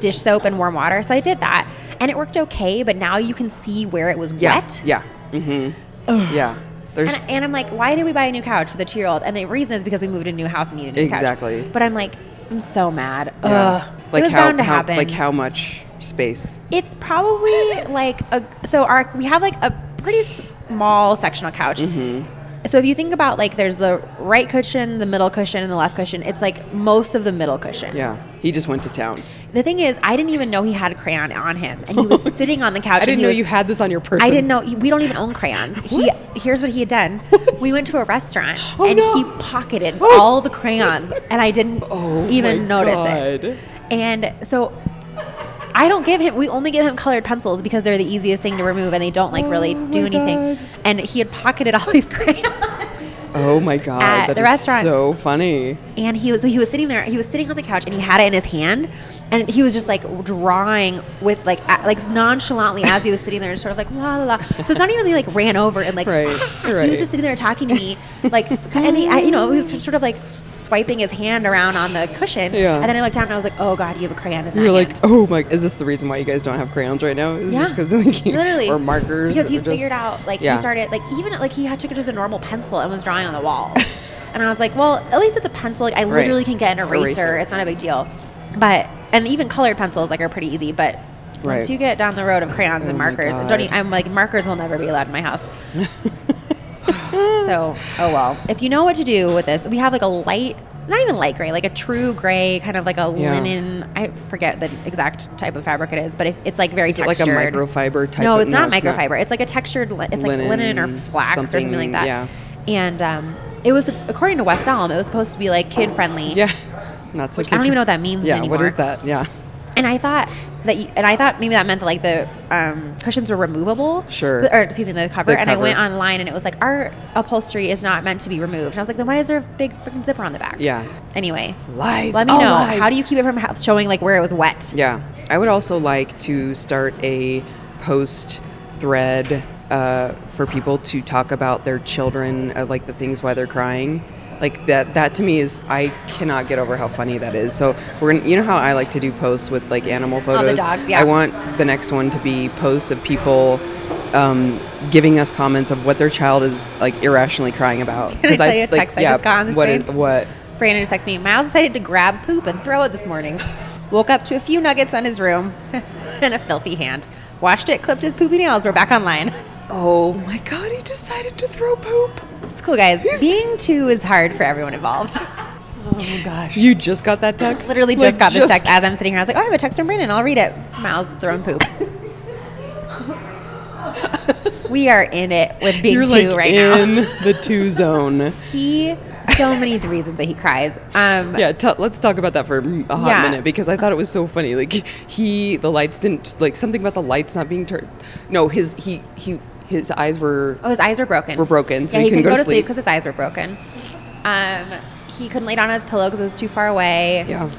Speaker 2: dish soap and warm water. So I did that, and it worked okay. But now you can see where it was
Speaker 1: yeah.
Speaker 2: wet.
Speaker 1: Yeah. Mm-hmm. Yeah. There's
Speaker 2: And, and I'm like, why did we buy a new couch with a two year old? And the reason is because we moved to a new house and needed a new couch.
Speaker 1: Exactly.
Speaker 2: But I'm like, I'm so mad.
Speaker 1: yeah.
Speaker 2: Ugh. uh, it was
Speaker 1: how,
Speaker 2: bound to
Speaker 1: how
Speaker 2: happen.
Speaker 1: like how much space.
Speaker 2: It's probably like a so our we have like a pretty small sectional couch.
Speaker 1: Mm-hmm.
Speaker 2: So if you think about like there's the right cushion, the middle cushion, and the left cushion, it's like most of the middle cushion.
Speaker 1: Yeah. He just went to town.
Speaker 2: The thing is, I didn't even know he had a crayon on him, and
Speaker 1: *laughs*
Speaker 2: he was sitting on the couch.
Speaker 1: I
Speaker 2: and
Speaker 1: didn't
Speaker 2: he
Speaker 1: know
Speaker 2: was-
Speaker 1: you had this on your person.
Speaker 2: I didn't know. He, we don't even own crayons.
Speaker 1: *gasps*
Speaker 2: He here's what he
Speaker 1: *laughs*
Speaker 2: had done. We went to a restaurant
Speaker 1: Oh,
Speaker 2: and
Speaker 1: no.
Speaker 2: he pocketed
Speaker 1: *gasps* Oh.
Speaker 2: all the crayons, and I didn't
Speaker 1: Oh,
Speaker 2: even
Speaker 1: my
Speaker 2: notice
Speaker 1: God.
Speaker 2: it. And so. I don't give him. We only give him colored pencils because they're the easiest thing to remove, and they don't like really
Speaker 1: Oh, my
Speaker 2: do anything.
Speaker 1: God.
Speaker 2: And he had pocketed all *laughs* these crayons.
Speaker 1: Oh my god,
Speaker 2: at
Speaker 1: that is
Speaker 2: the restaurant.
Speaker 1: so funny.
Speaker 2: and he was so he was sitting there he was sitting on the couch and he had it in his hand and he was just like drawing with like a- like nonchalantly as he was sitting there and sort of like la la la so it's not even that he like ran over and like
Speaker 1: Right,
Speaker 2: *laughs* he
Speaker 1: right.
Speaker 2: was just sitting there talking to me like and he I, you know he was just sort of like swiping his hand around on the cushion
Speaker 1: Yeah.
Speaker 2: and then I looked down and I was like oh god you have a crayon in that
Speaker 1: You're like,
Speaker 2: hand.
Speaker 1: oh my! Is this the reason why you guys don't have crayons right now? Is just *laughs* because
Speaker 2: literally
Speaker 1: or markers
Speaker 2: because he's
Speaker 1: or just-
Speaker 2: figured out like
Speaker 1: Yeah.
Speaker 2: he started like even like he had took just a normal pencil and was drawing on the
Speaker 1: *laughs*
Speaker 2: wall and i was like well at least it's a pencil like i
Speaker 1: Right.
Speaker 2: literally can get an eraser.
Speaker 1: Eraser.
Speaker 2: it's not a big deal but and even colored pencils like are pretty easy but
Speaker 1: Right.
Speaker 2: once you get down the road of crayons
Speaker 1: Oh
Speaker 2: and
Speaker 1: my
Speaker 2: markers
Speaker 1: God.
Speaker 2: don't e- i'm like markers will never be allowed in
Speaker 1: *laughs*
Speaker 2: my house so oh well if you know what to do with this we have like a light not even light gray, like a true gray, kind of like a
Speaker 1: Yeah.
Speaker 2: linen. I forget the exact type of fabric it is, but if it's like very
Speaker 1: Is it like a
Speaker 2: textured
Speaker 1: microfiber type.
Speaker 2: no,
Speaker 1: of-
Speaker 2: it's not microfiber. It's like a textured. Li- it's
Speaker 1: Linen,
Speaker 2: like linen or flax or something
Speaker 1: something,
Speaker 2: like that.
Speaker 1: yeah.
Speaker 2: And um, it was according to West Elm, it was supposed to be like kid friendly.
Speaker 1: Yeah, not so.
Speaker 2: Which I don't
Speaker 1: cute.
Speaker 2: even know what that means
Speaker 1: Yeah, what
Speaker 2: anymore.
Speaker 1: is that? Yeah,
Speaker 2: And I thought that, you, and I thought maybe that meant that like the um, cushions were removable.
Speaker 1: Sure.
Speaker 2: Or excuse me, the cover.
Speaker 1: The
Speaker 2: and
Speaker 1: cover.
Speaker 2: I went online, and it was like our upholstery is not meant to be removed. And I was like, then why is there a big freaking zipper on the back?
Speaker 1: yeah.
Speaker 2: Anyway,
Speaker 1: Lies.
Speaker 2: let me
Speaker 1: all
Speaker 2: know
Speaker 1: lies.
Speaker 2: how do you keep it from ha- showing like where it was wet.
Speaker 1: Yeah, I would also like to start a post thread uh, for people to talk about their children, uh, like the things why they're crying. Like that, that to me is I cannot get over how funny that is. So we're gonna, you know how I like to do posts with like animal
Speaker 2: Oh, the
Speaker 1: photos.
Speaker 2: dogs, yeah.
Speaker 1: I want the next one to be posts of people um, giving us comments of what their child is like irrationally crying about.
Speaker 2: Can I
Speaker 1: 'Cause
Speaker 2: tell you a text I just got on this
Speaker 1: what
Speaker 2: thing?
Speaker 1: it- what
Speaker 2: Brandon just texted me. Miles decided to grab poop and throw it this morning. *laughs* Woke up to a few nuggets on his room *laughs* and a filthy hand. Washed it, clipped his poopy nails. We're back online.
Speaker 1: Oh my god, he decided to throw poop.
Speaker 2: It's cool, guys. Being two is hard for everyone involved.
Speaker 1: *laughs*
Speaker 2: Oh gosh.
Speaker 1: You just got that text?
Speaker 2: Literally just
Speaker 1: Like,
Speaker 2: got this text as I'm sitting here. I was like, oh, I have a text from Brandon. I'll read it. Miles
Speaker 1: *laughs*
Speaker 2: throwing poop. we are in it with Big
Speaker 1: You're
Speaker 2: Two
Speaker 1: like
Speaker 2: right
Speaker 1: in
Speaker 2: now.
Speaker 1: *laughs* the two zone.
Speaker 2: He, so many the reasons that he cries. Um,
Speaker 1: Yeah, t- let's talk about that for a hot
Speaker 2: Yeah.
Speaker 1: minute because I thought it was so funny. Like he, the lights didn't like something about the lights not being turned. No, his he he his eyes were.
Speaker 2: Oh, his eyes were broken.
Speaker 1: Were broken, so
Speaker 2: yeah,
Speaker 1: he
Speaker 2: couldn't
Speaker 1: couldn't go to
Speaker 2: go, to sleep
Speaker 1: sleep.
Speaker 2: because his eyes were broken. Um, he couldn't lay down on his pillow because it was too far away.
Speaker 1: Yeah,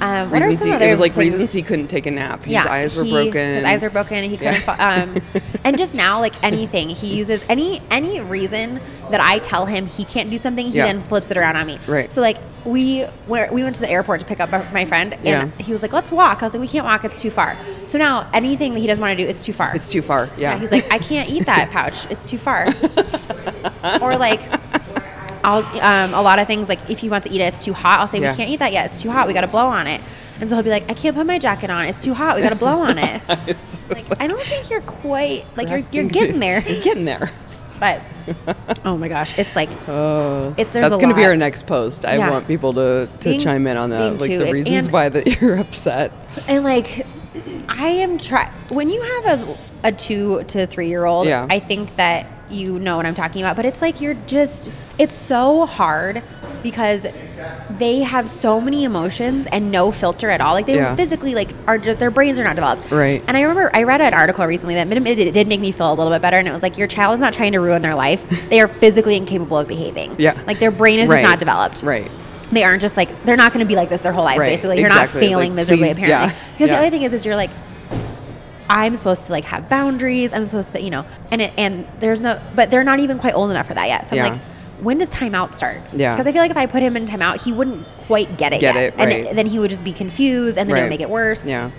Speaker 2: Um, what are
Speaker 1: reasons
Speaker 2: some
Speaker 1: he,
Speaker 2: other
Speaker 1: it was like
Speaker 2: things-
Speaker 1: reasons he couldn't take a nap. His eyes were
Speaker 2: he-
Speaker 1: broken.
Speaker 2: His eyes were broken. He couldn't.
Speaker 1: Yeah. *laughs*
Speaker 2: Fo- um, and just now, like anything, he uses any any reason that I tell him he can't do something, he
Speaker 1: Yeah.
Speaker 2: then flips it around on me.
Speaker 1: Right.
Speaker 2: So like we were, we went to the airport to pick up my friend, and
Speaker 1: Yeah.
Speaker 2: he was like, "Let's walk." I was like, "We can't walk. It's too far." So now anything that he doesn't want to do, it's too far.
Speaker 1: It's too far. Yeah.
Speaker 2: Yeah, he's like, I can't eat that pouch. It's
Speaker 1: *laughs*
Speaker 2: too far. or like, I'll um, a lot of things like if he wants to eat it, it's too hot. I'll say
Speaker 1: Yeah.
Speaker 2: we can't eat that yet. It's too hot. We got to blow on it. And so he'll be like, I can't put my jacket on. It's too hot. We got to blow on
Speaker 1: *laughs*
Speaker 2: it.
Speaker 1: It's so
Speaker 2: *laughs* like I don't think you're quite like you're, you're
Speaker 1: grasping.
Speaker 2: getting there,
Speaker 1: *laughs* you're getting
Speaker 2: *laughs*
Speaker 1: there. *laughs*
Speaker 2: but oh my gosh, it's like
Speaker 1: Oh,
Speaker 2: It's- there's
Speaker 1: that's
Speaker 2: a
Speaker 1: gonna be
Speaker 2: lot.
Speaker 1: our next post. I
Speaker 2: Yeah.
Speaker 1: want people to, to
Speaker 2: Being-
Speaker 1: chime in on
Speaker 2: being
Speaker 1: that, like
Speaker 2: too-
Speaker 1: the
Speaker 2: and-
Speaker 1: reasons why that *laughs* you're upset.
Speaker 2: and like I am try when you have a a two to three year old,
Speaker 1: Yeah.
Speaker 2: I think that you know what I'm talking about. But it's like you're just it's so hard because they have so many emotions and no filter at all. Like they
Speaker 1: Yeah.
Speaker 2: physically like are ju- their brains are not developed.
Speaker 1: Right.
Speaker 2: And I remember I read an article recently that made- it did- it did make me feel a little bit better, and it was like your child is not trying to ruin their life. They are physically incapable of behaving.
Speaker 1: Yeah.
Speaker 2: Like their brain is
Speaker 1: Right.
Speaker 2: just not developed
Speaker 1: Right.
Speaker 2: they aren't just like they're not going to be like this their whole life
Speaker 1: Right,
Speaker 2: basically you're
Speaker 1: exactly.
Speaker 2: not failing
Speaker 1: Like,
Speaker 2: miserably
Speaker 1: please,
Speaker 2: apparently
Speaker 1: yeah,
Speaker 2: because the
Speaker 1: yeah.
Speaker 2: other thing is is you're like i'm supposed to like have boundaries i'm supposed to you know and it, and there's no but they're not even quite old enough for that yet so
Speaker 1: Yeah.
Speaker 2: i'm like when does timeout start
Speaker 1: Yeah.
Speaker 2: because i feel like if i put him in timeout he wouldn't quite get it
Speaker 1: Get
Speaker 2: yet
Speaker 1: it,
Speaker 2: and
Speaker 1: right.
Speaker 2: then he would just be confused and then it
Speaker 1: Right.
Speaker 2: would make it worse
Speaker 1: Yeah.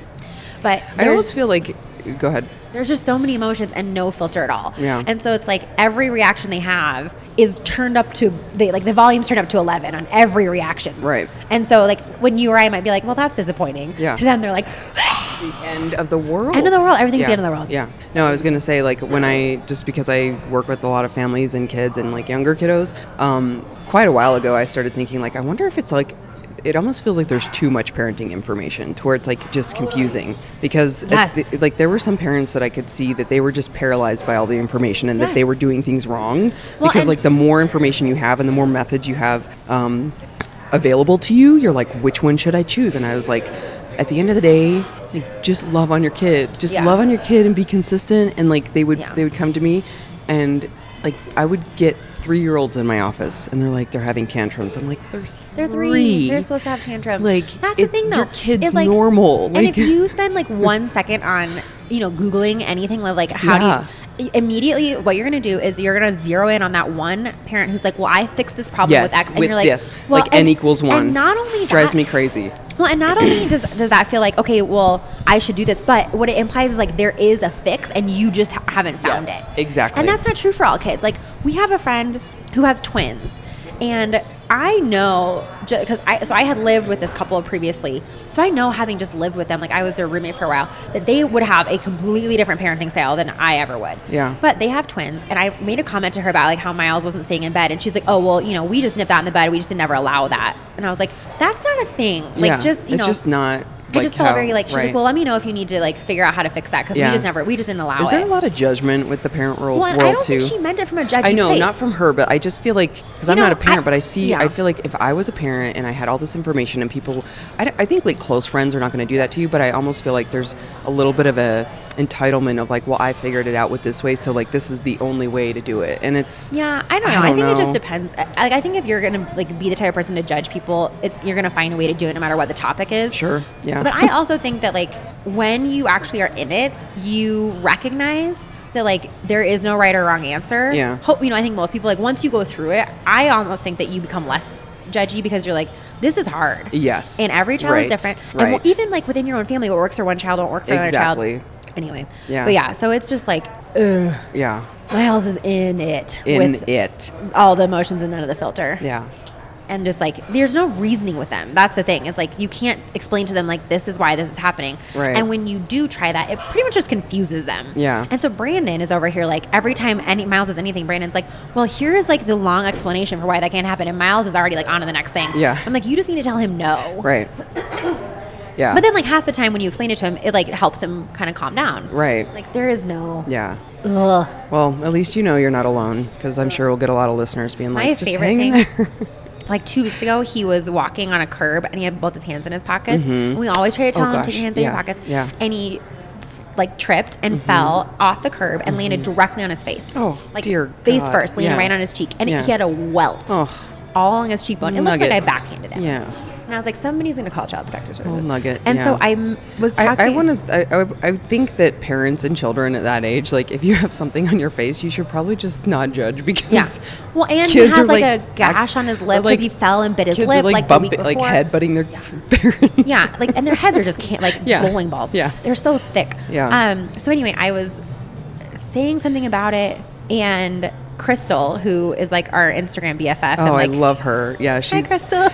Speaker 2: but
Speaker 1: I always
Speaker 2: there's,
Speaker 1: feel like, go ahead.
Speaker 2: there's just so many emotions and no filter at all
Speaker 1: Yeah.
Speaker 2: and so it's like every reaction they have is turned up to they like the volume's turned up to 11 on every reaction
Speaker 1: Right.
Speaker 2: and so, like, when you or I might be like, well, that's disappointing.
Speaker 1: Yeah.
Speaker 2: To them, they're like,
Speaker 1: The end of the world.
Speaker 2: end of the world. Everything's
Speaker 1: yeah.
Speaker 2: the end of the world.
Speaker 1: Yeah. No, I was gonna say like when I just because I work with a lot of families and kids and like younger kiddos. Um, quite a while ago, I started thinking like I wonder if it's like it almost feels like there's too much parenting information to where it's like just confusing because it-
Speaker 2: Yes.
Speaker 1: it- like there were some parents that I could see that they were just paralyzed by all the information and that they
Speaker 2: Yes.
Speaker 1: were doing things wrong
Speaker 2: Well,
Speaker 1: because
Speaker 2: and-
Speaker 1: like the more information you have and the more methods you have um, available to you, you're like, which one should I choose? And I was like, at the end of the day, like, just love on your kid. Just
Speaker 2: Yeah.
Speaker 1: love on your kid and be consistent. And like they would,
Speaker 2: Yeah.
Speaker 1: they would come to me, and like I would get three year olds in my office, and they're like, they're having tantrums. I'm like, they're
Speaker 2: They're 3
Speaker 1: three.
Speaker 2: They're supposed to have tantrums.
Speaker 1: Like,
Speaker 2: that's the
Speaker 1: it-
Speaker 2: thing, though.
Speaker 1: your kid's
Speaker 2: is, like,
Speaker 1: normal.
Speaker 2: and if
Speaker 1: Like- *laughs*
Speaker 2: you spend like one second on, you know, googling anything of, like how
Speaker 1: Yeah.
Speaker 2: do you immediately what you're going to do is you're going to zero in on that one parent who's like, well, I fixed this problem
Speaker 1: yes,
Speaker 2: with X, and you're like,
Speaker 1: yes,
Speaker 2: well,
Speaker 1: like n
Speaker 2: and-
Speaker 1: equals one.
Speaker 2: And not only
Speaker 1: drives
Speaker 2: that-
Speaker 1: me crazy.
Speaker 2: Well, and not only does does that feel like okay, well, I should do this, but what it implies is like there is a fix, and you just ha- haven't found
Speaker 1: Yes,
Speaker 2: it.
Speaker 1: exactly.
Speaker 2: And that's not true for all kids. Like we have a friend who has twins, and I know because I so I had lived with this couple previously, so I know having just lived with them, like I was their roommate for a while, that they would have a completely different parenting style than I ever would.
Speaker 1: Yeah.
Speaker 2: But they have twins, and I made a comment to her about like how Miles wasn't staying in bed, and she's like, "Oh well, you know, we just nipped that in the bed. We just never allow that." And I was like, "That's not a thing. Like
Speaker 1: yeah.
Speaker 2: just you
Speaker 1: it's
Speaker 2: know,
Speaker 1: just not.
Speaker 2: I
Speaker 1: like,
Speaker 2: just felt
Speaker 1: how-
Speaker 2: very like she's
Speaker 1: right.
Speaker 2: like, well, let me know if you need to like figure out how to fix that because
Speaker 1: Yeah.
Speaker 2: we just never we just didn't allow
Speaker 1: Is
Speaker 2: it.
Speaker 1: there a lot of judgment with the parent world,
Speaker 2: well, and I
Speaker 1: world
Speaker 2: don't
Speaker 1: too?
Speaker 2: think she meant it from a judging
Speaker 1: I know,
Speaker 2: place.
Speaker 1: not from her, but I just feel like because
Speaker 2: You
Speaker 1: I'm
Speaker 2: know,
Speaker 1: not a parent,
Speaker 2: I-
Speaker 1: but I see,
Speaker 2: yeah.
Speaker 1: I feel like if I was a parent and I had all this information and people, I, d- I think like close friends are not going to do that to you, but I almost feel like there's a little bit of a entitlement of like, well, I figured it out with this way, so like this is the only way to do it, and it's
Speaker 2: Yeah, I don't know.
Speaker 1: I
Speaker 2: I,
Speaker 1: don't
Speaker 2: think it just
Speaker 1: know.
Speaker 2: depends. I- Like, I think if you're gonna like be the type of person to judge people, it's you're gonna find a way to do it no matter what the topic is.
Speaker 1: Sure, yeah.
Speaker 2: But I also think that like when you actually are in it, you recognize that like there is no right or wrong answer.
Speaker 1: Yeah.
Speaker 2: Hope you know. I think most people like once you go through it, I almost think that you become less judgy because you're like, this is hard.
Speaker 1: yes,
Speaker 2: And every child
Speaker 1: right,
Speaker 2: is different.
Speaker 1: Right.
Speaker 2: And even like within your own family, what works for one child won't work for
Speaker 1: Exactly.
Speaker 2: another child. Anyway.
Speaker 1: Yeah.
Speaker 2: But yeah, so it's just like, ugh,
Speaker 1: yeah,
Speaker 2: Miles is in it
Speaker 1: in
Speaker 2: with
Speaker 1: it,
Speaker 2: all the emotions and none of the filter.
Speaker 1: yeah,
Speaker 2: And just like, there's no reasoning with them. That's the thing. It's like, you can't explain to them, like, this is why this is happening.
Speaker 1: Right.
Speaker 2: And when you do try that, it pretty much just confuses them.
Speaker 1: Yeah.
Speaker 2: And so Brandon is over here, like, every time any Miles is anything, Brandon's like, well, here is like the long explanation for why that can't happen. And Miles is already like on to the next thing.
Speaker 1: Yeah.
Speaker 2: I'm like, you just need to tell him no.
Speaker 1: right, yeah,
Speaker 2: But then, like, half the time when you explain it to him, it like helps him kind of calm down.
Speaker 1: right,
Speaker 2: Like, there is no.
Speaker 1: yeah.
Speaker 2: Ugh.
Speaker 1: Well, at least you know you're not alone because I'm sure we'll get a lot of listeners being like,
Speaker 2: My
Speaker 1: just
Speaker 2: favorite
Speaker 1: hang in
Speaker 2: thing- *laughs*
Speaker 1: there.
Speaker 2: like two weeks ago, he was walking on a curb and he had both his hands in his pockets. And we always try to tell
Speaker 1: Oh,
Speaker 2: him
Speaker 1: gosh.
Speaker 2: take your hands in
Speaker 1: Yeah.
Speaker 2: your pockets.
Speaker 1: Yeah. Mm-hmm.
Speaker 2: And he s- like tripped and fell off the curb and landed directly on his face.
Speaker 1: Oh,
Speaker 2: like
Speaker 1: dear
Speaker 2: face
Speaker 1: God.
Speaker 2: first, landed
Speaker 1: Yeah.
Speaker 2: right on his cheek, and
Speaker 1: Yeah.
Speaker 2: he had a welt
Speaker 1: Oh.
Speaker 2: all along his cheekbone. It looks like
Speaker 1: Nugget.
Speaker 2: I backhanded him.
Speaker 1: yeah.
Speaker 2: And I was like, somebody's gonna call child protective services.
Speaker 1: nugget,
Speaker 2: And so
Speaker 1: yeah.
Speaker 2: I m- was talking.
Speaker 1: I, I want to. I, I, I think that parents and children at that age, like if you *laughs* have something on your face, you should probably just not judge *laughs* because
Speaker 2: Yeah. Well, and he
Speaker 1: kids
Speaker 2: had
Speaker 1: are,
Speaker 2: like,
Speaker 1: like,
Speaker 2: a gash
Speaker 1: ex-
Speaker 2: on his lip because
Speaker 1: like,
Speaker 2: he fell and bit his
Speaker 1: kids
Speaker 2: lip
Speaker 1: are like
Speaker 2: like, the
Speaker 1: bumping,
Speaker 2: week
Speaker 1: like
Speaker 2: before.
Speaker 1: headbutting their *laughs* parents.
Speaker 2: Yeah, like and their heads are just can't like
Speaker 1: *laughs* Yeah.
Speaker 2: bowling balls.
Speaker 1: Yeah.
Speaker 2: they're so thick.
Speaker 1: Yeah.
Speaker 2: Um. So anyway, I was saying something about it, and Crystal, who is like our Instagram BFF,
Speaker 1: Oh,
Speaker 2: and
Speaker 1: I
Speaker 2: like,
Speaker 1: love her. Yeah,
Speaker 2: Hi,
Speaker 1: she's.
Speaker 2: Crystal.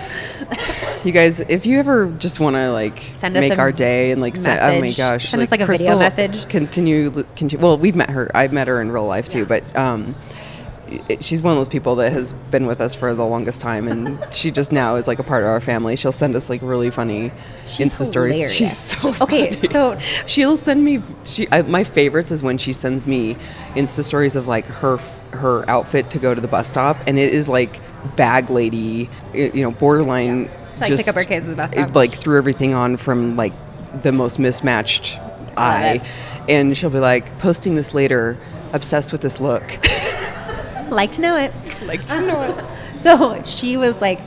Speaker 1: You guys, if you ever just want to like
Speaker 2: Send us
Speaker 1: make
Speaker 2: a
Speaker 1: our day and like send, oh my
Speaker 2: message.
Speaker 1: gosh,
Speaker 2: Send us, like, a video
Speaker 1: Crystal,
Speaker 2: message.
Speaker 1: Continue, continue. Well, we've met her. I've met her in real life too, but um, it- she's one of those people that has been with us for the longest time,
Speaker 2: *laughs*
Speaker 1: and she just now is like a part of our family. She'll send us like really funny
Speaker 2: She's
Speaker 1: Insta stories.
Speaker 2: hilarious.
Speaker 1: She's so
Speaker 2: Okay,
Speaker 1: funny.
Speaker 2: so-
Speaker 1: she'll send me. She I, my favorites is when she sends me Insta stories of like her f- her outfit to go to the bus stop, and it is like bag lady, y- you know, borderline.
Speaker 2: To, like, pick up our kids at the bus
Speaker 1: it,
Speaker 2: stop.
Speaker 1: like threw everything on from like the most mismatched eye,
Speaker 2: it.
Speaker 1: and she'll be like posting this later. Obsessed with this
Speaker 2: *laughs*
Speaker 1: look.
Speaker 2: like to know it.
Speaker 1: like to know it.
Speaker 2: *laughs* So she was like,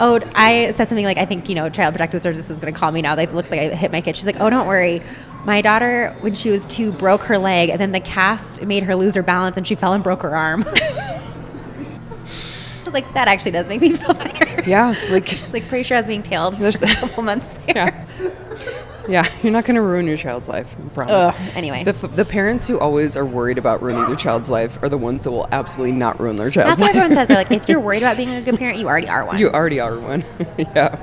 Speaker 2: "Oh, I said something like I think you know Child Protective Services is going to call me now. That it looks like I hit my kid." She's like, "Oh, don't worry." My daughter, when she was two, broke her leg, and then the cast made her lose her balance, and she fell and broke her arm. *laughs* I was like, that actually does make me feel better.
Speaker 1: Yeah, like
Speaker 2: It's like pretty sure I was being tailed for
Speaker 1: There's-
Speaker 2: a couple months there.
Speaker 1: *laughs* yeah. Yeah, you're not going to ruin your child's life. I promise.
Speaker 2: Ugh, anyway.
Speaker 1: the, f- the parents who always are worried about ruining their child's life are the ones that will absolutely not ruin their child's
Speaker 2: That's what
Speaker 1: life.
Speaker 2: everyone says. They're like, if you're worried about being a good parent, you already are one.
Speaker 1: you already are one. *laughs* yeah.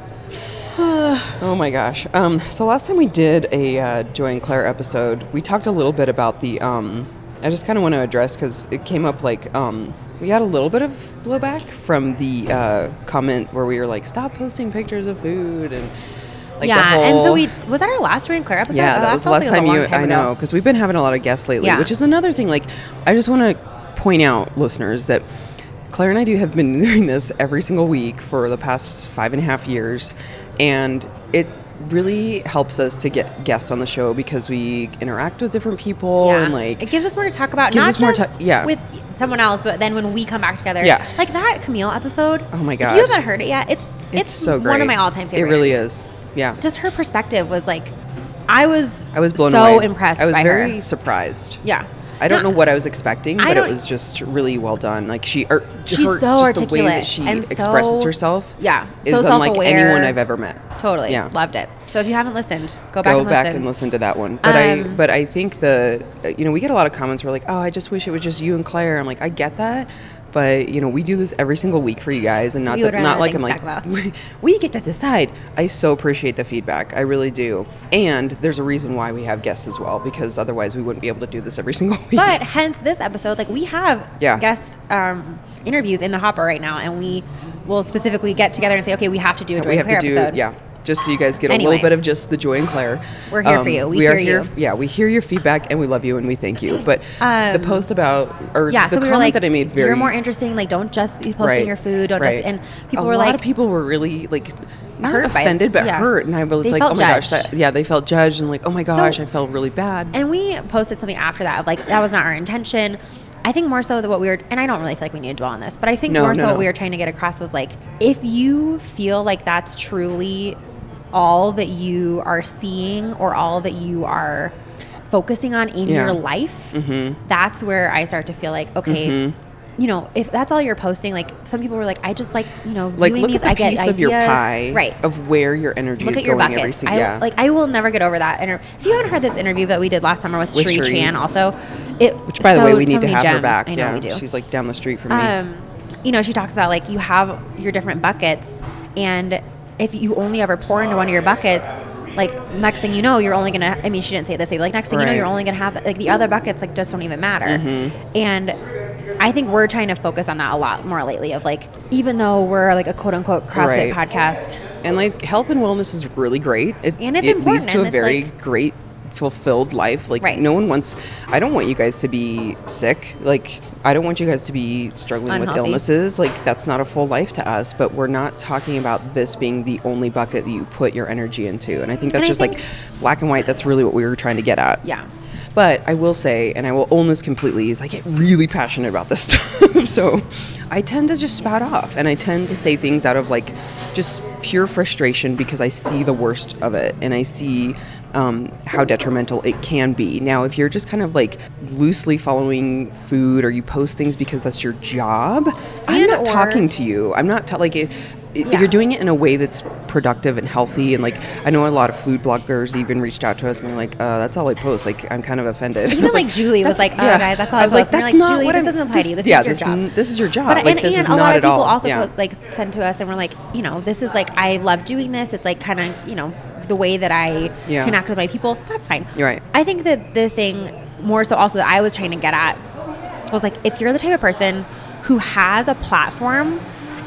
Speaker 1: oh my gosh. Um, so last time we did a uh, Joy and Claire episode, we talked a little bit about the. Um, I just kind of want to address because it came up like um, we had a little bit of blowback from the uh, comment where we were like, "Stop posting pictures of food," and like
Speaker 2: yeah,
Speaker 1: the whole,
Speaker 2: and so we was that our last Jordan Claire episode.
Speaker 1: Yeah,
Speaker 2: Oh,
Speaker 1: that was the
Speaker 2: felt
Speaker 1: last
Speaker 2: like it
Speaker 1: time
Speaker 2: was a
Speaker 1: you.
Speaker 2: long
Speaker 1: I
Speaker 2: ago.
Speaker 1: know because we've been having a lot of guests lately,
Speaker 2: Yeah.
Speaker 1: which is another thing. Like, I just want to point out, listeners, that Claire and I do have been *laughs* doing this every single week for the past five and a half years, and it really helps us to get guests on the show because we interact with different people
Speaker 2: Yeah.
Speaker 1: and like
Speaker 2: it gives us more to talk about,
Speaker 1: gives
Speaker 2: not
Speaker 1: us more
Speaker 2: just
Speaker 1: ti- yeah.
Speaker 2: with someone else, but then when we come back together,
Speaker 1: Yeah.
Speaker 2: like that Camille episode.
Speaker 1: Oh my
Speaker 2: If you
Speaker 1: God.
Speaker 2: haven't heard it yet, it's
Speaker 1: it's,
Speaker 2: it's,
Speaker 1: so great.
Speaker 2: one of my all-time favorites.
Speaker 1: It really is. Yeah,
Speaker 2: Just her perspective was like, I was
Speaker 1: I was blown
Speaker 2: so
Speaker 1: away.
Speaker 2: impressed.
Speaker 1: I was
Speaker 2: by
Speaker 1: very
Speaker 2: her.
Speaker 1: surprised.
Speaker 2: yeah.
Speaker 1: I don't
Speaker 2: Not-
Speaker 1: know what I was expecting,
Speaker 2: I
Speaker 1: but it
Speaker 2: don't-
Speaker 1: was just really well done. Like she, or
Speaker 2: She's
Speaker 1: her,
Speaker 2: so
Speaker 1: just the way that
Speaker 2: articulate
Speaker 1: she
Speaker 2: and
Speaker 1: expresses
Speaker 2: so-
Speaker 1: herself.
Speaker 2: yeah,
Speaker 1: is
Speaker 2: so
Speaker 1: unlike anyone
Speaker 2: self-aware.
Speaker 1: I've ever met.
Speaker 2: Totally,
Speaker 1: Yeah.
Speaker 2: loved it. So if you haven't listened, go back
Speaker 1: Go
Speaker 2: and
Speaker 1: back
Speaker 2: listen.
Speaker 1: and listen to that one. But I,
Speaker 2: Um,
Speaker 1: but I think the, you know, we get a lot of comments. We're like, oh, I just wish it was just you and Claire. I'm like, I get that. But you know we do this every single week for you guys, and not
Speaker 2: We
Speaker 1: that,
Speaker 2: would run
Speaker 1: not
Speaker 2: out of
Speaker 1: like I'm
Speaker 2: things
Speaker 1: like
Speaker 2: to talk
Speaker 1: we, we get to decide. I so appreciate the feedback, I really do. And there's a reason why we have guests as well, because otherwise we wouldn't be able to do this every *laughs* single week.
Speaker 2: *laughs* But hence this episode, like we have
Speaker 1: Yeah.
Speaker 2: guest um, interviews in the hopper right now, and we will specifically get together and say, okay, we have to do a Joy
Speaker 1: we
Speaker 2: and
Speaker 1: have
Speaker 2: Claire
Speaker 1: to do
Speaker 2: episode.
Speaker 1: yeah just so you guys get a
Speaker 2: Anyway.
Speaker 1: little bit of just the joy and claire
Speaker 2: We're here for you. We
Speaker 1: are
Speaker 2: hear you.
Speaker 1: here yeah we hear your feedback and we love you and we thank you but the
Speaker 2: Um,
Speaker 1: post about or
Speaker 2: Yeah,
Speaker 1: the
Speaker 2: so we were
Speaker 1: comment
Speaker 2: like,
Speaker 1: that i made very
Speaker 2: you're more interesting. Like, don't just be posting
Speaker 1: right,
Speaker 2: your food. Don't
Speaker 1: right.
Speaker 2: just, and people
Speaker 1: a
Speaker 2: were
Speaker 1: lot
Speaker 2: like,
Speaker 1: of people were really like
Speaker 2: not
Speaker 1: hurt,
Speaker 2: by it.
Speaker 1: offended, but
Speaker 2: Yeah.
Speaker 1: hurt. And I was
Speaker 2: They
Speaker 1: like, oh my
Speaker 2: felt
Speaker 1: gosh, that,
Speaker 2: judged.
Speaker 1: yeah, they felt judged and like, oh my gosh, I felt really bad.
Speaker 2: And we posted something after that of like that was not our intention. I think more so that what we were, and I don't really feel like we need to dwell on this, but I think
Speaker 1: No,
Speaker 2: more
Speaker 1: no,
Speaker 2: so
Speaker 1: no.
Speaker 2: what we were trying to get across was like if you feel like that's truly all that you are seeing or all that you are focusing on in
Speaker 1: Yeah. Mm-hmm.
Speaker 2: your life, that's where I start to feel like okay. You know, if that's all you're posting, like some people were like, I just like, you know,
Speaker 1: like,
Speaker 2: viewing
Speaker 1: look
Speaker 2: these,
Speaker 1: at the
Speaker 2: I get
Speaker 1: piece of your
Speaker 2: ideas."
Speaker 1: pie,
Speaker 2: right?
Speaker 1: Of where your energy
Speaker 2: Look
Speaker 1: is
Speaker 2: at your
Speaker 1: going
Speaker 2: bucket.
Speaker 1: every single.
Speaker 2: I,
Speaker 1: Yeah,
Speaker 2: Like I will never get over that. Inter- if you haven't heard this interview that we did last summer with,
Speaker 1: With
Speaker 2: Sheree
Speaker 1: Sheree.
Speaker 2: Chan, also, it
Speaker 1: which by the
Speaker 2: so-
Speaker 1: way, we
Speaker 2: so
Speaker 1: need to
Speaker 2: many
Speaker 1: have her
Speaker 2: gems.
Speaker 1: back.
Speaker 2: I know
Speaker 1: yeah,
Speaker 2: we do.
Speaker 1: she's like down the street from me.
Speaker 2: um, you know, she talks about like you have your different buckets, and if you only ever pour into one of your buckets. Like next thing you know, you're only gonna. I mean, she didn't say it this way. but, Like next thing you know,
Speaker 1: Right. Mm-hmm.
Speaker 2: you're only gonna have like the other buckets like just don't even matter. And I think we're trying to focus on that a lot more lately. Of like, even though we're like a quote unquote
Speaker 1: Right.
Speaker 2: CrossFit podcast,
Speaker 1: and like health and wellness is really great. It,
Speaker 2: And it's
Speaker 1: it leads
Speaker 2: important,
Speaker 1: to
Speaker 2: and
Speaker 1: a
Speaker 2: it's,
Speaker 1: very
Speaker 2: like-
Speaker 1: great, fulfilled life. Like
Speaker 2: Right.
Speaker 1: no one wants. I don't want you guys to be sick. Like I don't want you guys to be struggling with
Speaker 2: Unhealthy.
Speaker 1: illnesses. Like that's not a full life to us. But we're not talking about this being the only bucket that you put your energy into. And I think that's
Speaker 2: And I
Speaker 1: just
Speaker 2: think-
Speaker 1: like black and white. That's really what we were trying to get at.
Speaker 2: yeah.
Speaker 1: But I will say, and I will own this completely, is I get really passionate about this *laughs* stuff. so I tend to just spout off and I tend to say things out of like just pure frustration because I see the worst of it and I see um, how detrimental it can be. Now, if you're just kind of like loosely following food or you post things because that's your job, I'm
Speaker 2: And
Speaker 1: not
Speaker 2: or-
Speaker 1: talking to you. I'm not ta- like, if, if
Speaker 2: Yeah.
Speaker 1: you're doing it in a way that's productive and healthy and like i know a lot of food bloggers even reached out to us and they're like uh, that's all i post like i'm kind of offended *laughs* I
Speaker 2: Even
Speaker 1: was
Speaker 2: like, Julie was like, "Oh, guys, that's all I,
Speaker 1: was Like, that's
Speaker 2: post." and we're like,
Speaker 1: not
Speaker 2: Julie,
Speaker 1: what
Speaker 2: this
Speaker 1: I'm-
Speaker 2: doesn't apply to you. This
Speaker 1: yeah,
Speaker 2: is your
Speaker 1: this,
Speaker 2: job.
Speaker 1: n- This is your job. like,
Speaker 2: But and,
Speaker 1: this
Speaker 2: and
Speaker 1: is
Speaker 2: a
Speaker 1: not
Speaker 2: lot of
Speaker 1: at
Speaker 2: people
Speaker 1: all.
Speaker 2: also
Speaker 1: yeah.
Speaker 2: put, like send to us and we're like, you know, this is like I love doing this. It's like kind of you know the way that I
Speaker 1: Yeah.
Speaker 2: connect with my people. That's fine.
Speaker 1: You're right.
Speaker 2: I think that the thing more so also that I was trying to get at was like if you're the type of person who has a platform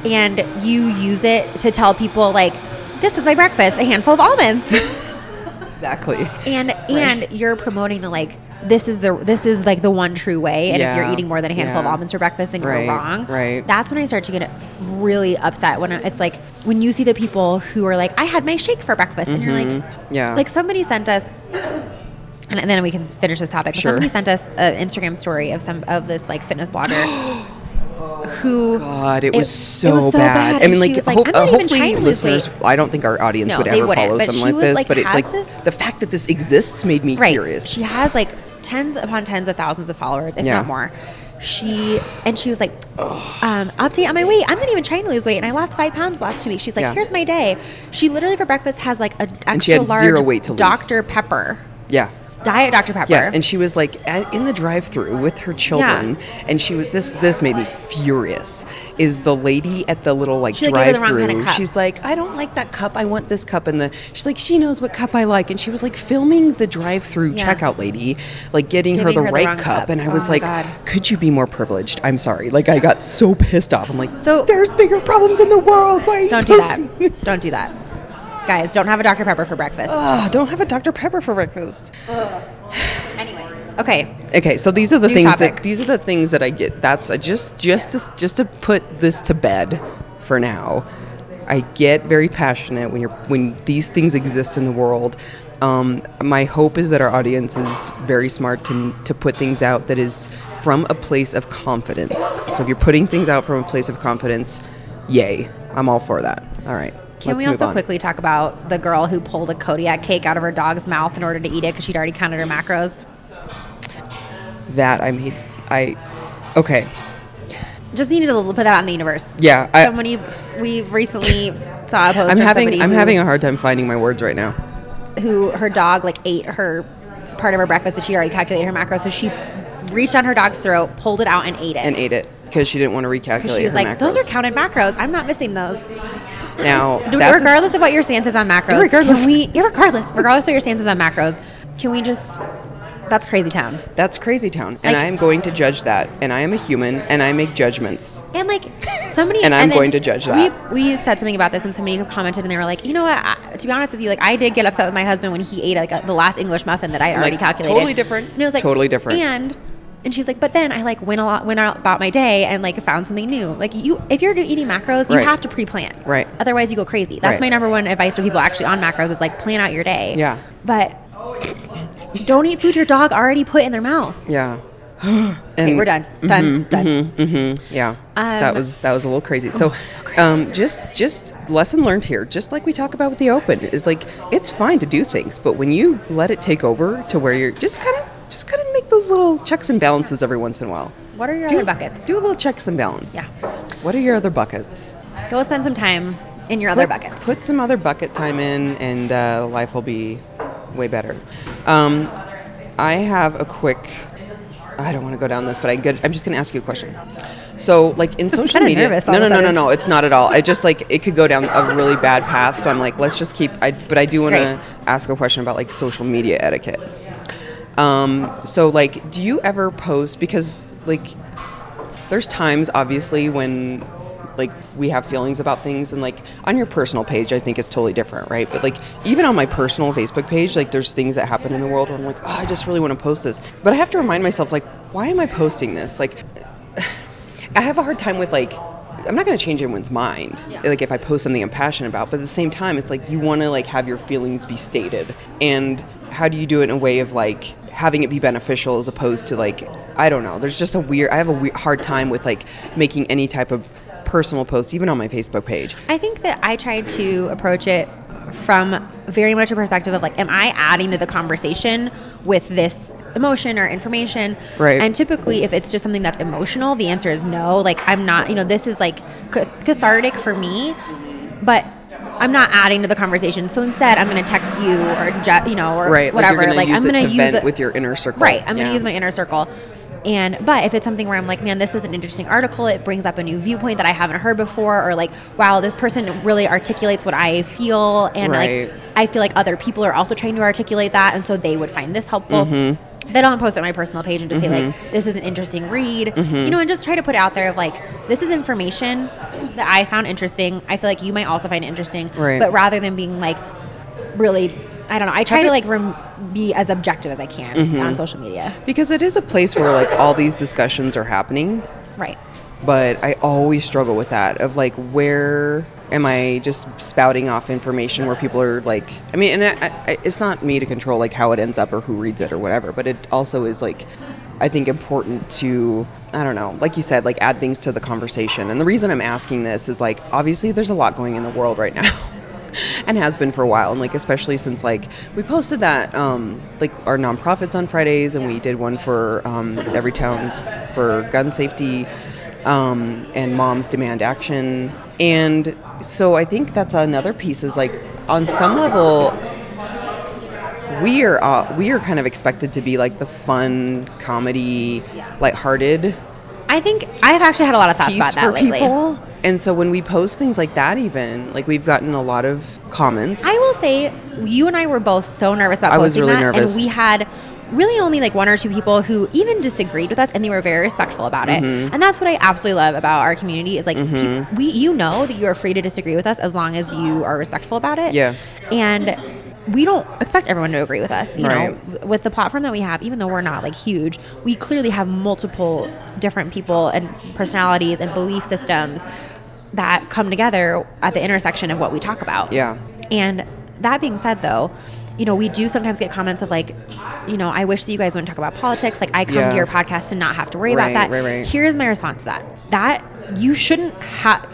Speaker 2: and you use it to tell people like this is my breakfast, a handful of almonds. *laughs*
Speaker 1: exactly.
Speaker 2: and and you're promoting the like this is the this is like the one true way and if you're
Speaker 1: Yeah,
Speaker 2: eating more than a handful of
Speaker 1: yeah.
Speaker 2: almonds for breakfast then
Speaker 1: Right,
Speaker 2: you're wrong
Speaker 1: right.
Speaker 2: that's when i start to get really upset when I- it's like when you see the people who are like i had my shake for breakfast and you're like
Speaker 1: Mm-hmm. Yeah.
Speaker 2: like somebody sent us and, and then we can finish this topic but
Speaker 1: Sure.
Speaker 2: somebody sent us an instagram story of some of this like fitness blogger
Speaker 1: *gasps*
Speaker 2: who
Speaker 1: Oh God, it, was so,
Speaker 2: it was so bad.
Speaker 1: I
Speaker 2: And
Speaker 1: mean,
Speaker 2: she
Speaker 1: like,
Speaker 2: was like,
Speaker 1: hope-
Speaker 2: "I'm not
Speaker 1: uh,
Speaker 2: even
Speaker 1: hopefully,
Speaker 2: trying to lose weight."
Speaker 1: listeners. I don't think our audience
Speaker 2: No,
Speaker 1: would
Speaker 2: they
Speaker 1: ever
Speaker 2: wouldn't,
Speaker 1: follow
Speaker 2: but
Speaker 1: something
Speaker 2: she
Speaker 1: like
Speaker 2: was
Speaker 1: this.
Speaker 2: like,
Speaker 1: but it's
Speaker 2: "Has
Speaker 1: like
Speaker 2: this-"
Speaker 1: the fact that this exists made me
Speaker 2: right.
Speaker 1: curious.
Speaker 2: She has like tens upon tens of thousands of followers, if
Speaker 1: Yeah.
Speaker 2: not more. She and she was like, um, update on my weight. I'm not even trying to lose weight, and I lost five pounds last two weeks. She's like,
Speaker 1: Yeah.
Speaker 2: here's my day. She literally for breakfast has like an
Speaker 1: she
Speaker 2: extra
Speaker 1: had
Speaker 2: large
Speaker 1: zero weight to lose.
Speaker 2: Dr Pepper,
Speaker 1: yeah.
Speaker 2: diet Dr Pepper.
Speaker 1: Yeah, and she was like at, in the drive-through with her children, and she was this. This made me furious. Is the lady at the little like
Speaker 2: She, like, gave her the wrong
Speaker 1: drive-through?
Speaker 2: kind of cup.
Speaker 1: she's like, I don't like that cup. I want this cup. And the she's like, she knows what cup I like, and she was like filming the drive-through
Speaker 2: Yeah.
Speaker 1: checkout lady, like getting her
Speaker 2: Giving
Speaker 1: the
Speaker 2: her the
Speaker 1: right
Speaker 2: wrong
Speaker 1: cup.
Speaker 2: cup.
Speaker 1: And I
Speaker 2: Oh
Speaker 1: was
Speaker 2: my
Speaker 1: like,
Speaker 2: God.
Speaker 1: could you be more privileged? I'm sorry. Like I got so pissed off. I'm like,
Speaker 2: So-
Speaker 1: there's bigger problems in the world. Why are you
Speaker 2: don't do
Speaker 1: posting *laughs*
Speaker 2: that. don't do that, guys. Don't have a Dr Pepper for breakfast.
Speaker 1: Ugh, Ah, don't have a Dr. Pepper for breakfast.
Speaker 2: Anyway, okay.
Speaker 1: Okay, so these are the
Speaker 2: New
Speaker 1: things
Speaker 2: topic.
Speaker 1: that these are the things that I get. That's I just just to, just to put this to bed for now. I get very passionate when you're when these things exist in the world. Um, my hope is that our audience is very smart to to put things out that is from a place of confidence. So if you're putting things out from a place of confidence, yay! I'm all for that. All right,
Speaker 2: Can
Speaker 1: let's
Speaker 2: we
Speaker 1: move
Speaker 2: also
Speaker 1: on.
Speaker 2: quickly talk about the girl who pulled a Kodiak cake out of her dog's mouth in order to eat it because she'd already counted her macros?
Speaker 1: that I made I okay
Speaker 2: Just needed to put that on the universe.
Speaker 1: yeah I,
Speaker 2: Somebody we recently saw a post.
Speaker 1: I'm
Speaker 2: from
Speaker 1: having
Speaker 2: somebody
Speaker 1: I'm
Speaker 2: who,
Speaker 1: having a hard time finding my words right now.
Speaker 2: who her dog like ate her part of her breakfast that she already calculated her macros. So she reached on her dog's throat, pulled it out, and ate it.
Speaker 1: and ate it because she didn't want to recalculate.
Speaker 2: because she was
Speaker 1: her
Speaker 2: like,
Speaker 1: macros.
Speaker 2: "Those are counted macros. I'm not missing those."
Speaker 1: Now,
Speaker 2: Do-
Speaker 1: that's a-
Speaker 2: *laughs* regardless of what your stance is on macros,
Speaker 1: Irregardless.
Speaker 2: can we? Regardless, regardless of your stance is on macros, can we just? That's crazy town.
Speaker 1: that's crazy town, and
Speaker 2: Like-
Speaker 1: I am going to judge that. And I am a human, and I make judgments.
Speaker 2: And like somebody,
Speaker 1: And I'm
Speaker 2: then
Speaker 1: going to judge that.
Speaker 2: We, we said something about this, and somebody commented, and they were like, "You know what? I, to be honest with you, like I did get upset with my husband when he ate like a, the last English muffin that I already calculated.
Speaker 1: totally different.
Speaker 2: And it was like
Speaker 1: Totally different.
Speaker 2: And and she's like, but then I like went a lot, went out about my day and like found something new. Like you, if you're eating macros, you
Speaker 1: Right.
Speaker 2: have to pre-plan.
Speaker 1: Right.
Speaker 2: Otherwise, you go crazy. That's
Speaker 1: Right.
Speaker 2: my number one advice for people actually on macros is like plan out your day.
Speaker 1: Yeah.
Speaker 2: But don't eat food your dog already put in their mouth.
Speaker 1: Yeah.
Speaker 2: Okay,
Speaker 1: And-
Speaker 2: we're done. Done. done.
Speaker 1: hmm yeah, that
Speaker 2: Um,
Speaker 1: was that was a little crazy. So,
Speaker 2: so crazy.
Speaker 1: Um, just just lesson learned here. Just like we talk about with the open, is like it's fine to do things, but when you let it take over to where you're just kind of just kind of make those little checks and balances every once in a while.
Speaker 2: What are your
Speaker 1: Do
Speaker 2: other buckets?
Speaker 1: Do a little checks and balance.
Speaker 2: Yeah.
Speaker 1: What are your other buckets?
Speaker 2: Go spend some time in your other
Speaker 1: put,
Speaker 2: buckets.
Speaker 1: Put some other bucket time in, and uh, life will be way better. Um, I have a quick. I don't want to go down this, but I get, I'm just going to ask you a question. So,
Speaker 2: *laughs*
Speaker 1: like in social
Speaker 2: kinda
Speaker 1: media,
Speaker 2: nervous all
Speaker 1: no,
Speaker 2: of
Speaker 1: no,
Speaker 2: a
Speaker 1: no, no,
Speaker 2: sudden.
Speaker 1: no, it's not at all. I just like it could go down a really bad path. So I'm like, let's just keep. I, but I do want
Speaker 2: Great.
Speaker 1: to ask a question about like social media etiquette. Um, so like, do you ever post because like there's times obviously when like we have feelings about things and like on your personal page i think it's totally different right but like even on my personal facebook page like there's things that happen in the world where i'm like oh i just really want to post this but i have to remind myself like why am i posting this like i have a hard time with like i'm not going to change anyone's mind like if i post something i'm passionate about but at the same time it's like you want to like have your feelings be stated and how do you do it in a way of like having it be beneficial as opposed to like I don't know. There's just a weird. I have a we- hard time with like making any type of personal post, even on my Facebook page.
Speaker 2: I think that I tried to approach it from very much a perspective of like, am I adding to the conversation with this emotion or information?
Speaker 1: Right.
Speaker 2: And typically, if it's just something that's emotional, the answer is no. Like, I'm not, you know, this is like ca- cathartic for me, but. I'm not adding to the conversation, so instead I'm going to text you or je- you know or
Speaker 1: Right.
Speaker 2: whatever.
Speaker 1: Like, you're gonna use
Speaker 2: I'm going
Speaker 1: it to vent
Speaker 2: it-
Speaker 1: with your inner circle.
Speaker 2: Right. I'm going
Speaker 1: Yeah.
Speaker 2: to use my inner circle. And but if it's something where I'm like, man, this is an interesting article. It brings up a new viewpoint that I haven't heard before, or like, wow, this person really articulates what I feel, and
Speaker 1: Right.
Speaker 2: like, I feel like other people are also trying to articulate that, and so they would find this helpful. Then I'll post it on my personal page and just say like, this is an interesting read, you know, and just try to put it out there of like, this is information that I found interesting. I feel like you might also find it interesting,
Speaker 1: Right.
Speaker 2: but rather than being like, really, I don't know. I try to
Speaker 1: it-
Speaker 2: like rem- be as objective as I can on social media.
Speaker 1: because it is a place where like all these discussions are happening,
Speaker 2: Right.
Speaker 1: but I always struggle with that of like where am I just spouting off information where people are like I mean and I, I, it's not me to control like how it ends up or who reads it or whatever but it also is like I think important to I don't know like you said like add things to the conversation and the reason I'm asking this is like obviously there's a lot going in the world right now *laughs* and has been for a while and like especially since like we posted that um like our nonprofits on fridays and we did one for um every town for gun safety um and moms demand action and so i think that's another piece is like on some level we are uh, we are kind of expected to be like the fun comedy lighthearted
Speaker 2: I think I've actually had a lot of thoughts about
Speaker 1: piece
Speaker 2: that
Speaker 1: for
Speaker 2: lately.
Speaker 1: people and so when we post things like that even like we've gotten a lot of comments
Speaker 2: I will say you and I were both so nervous about
Speaker 1: I was
Speaker 2: posting
Speaker 1: really
Speaker 2: that,
Speaker 1: nervous.
Speaker 2: and we had really only like one or two people who even disagreed with us, and they were very respectful about it.
Speaker 1: Mm-hmm.
Speaker 2: And that's what I absolutely love about our community is like peop- we you know that you are free to disagree with us as long as you are respectful about it.
Speaker 1: Yeah.
Speaker 2: and. We don't expect everyone to agree with us, you
Speaker 1: Right.
Speaker 2: know. With the platform that we have, even though we're not like huge, we clearly have multiple different people and personalities and belief systems that come together at the intersection of what we talk about.
Speaker 1: Yeah.
Speaker 2: And that being said, though, you know, we do sometimes get comments of like, you know, I wish that you guys wouldn't talk about politics. Like, I come
Speaker 1: Yeah.
Speaker 2: to your podcast to not have to worry
Speaker 1: Right,
Speaker 2: about that.
Speaker 1: right, right.
Speaker 2: Here's my response to that. That you shouldn't have,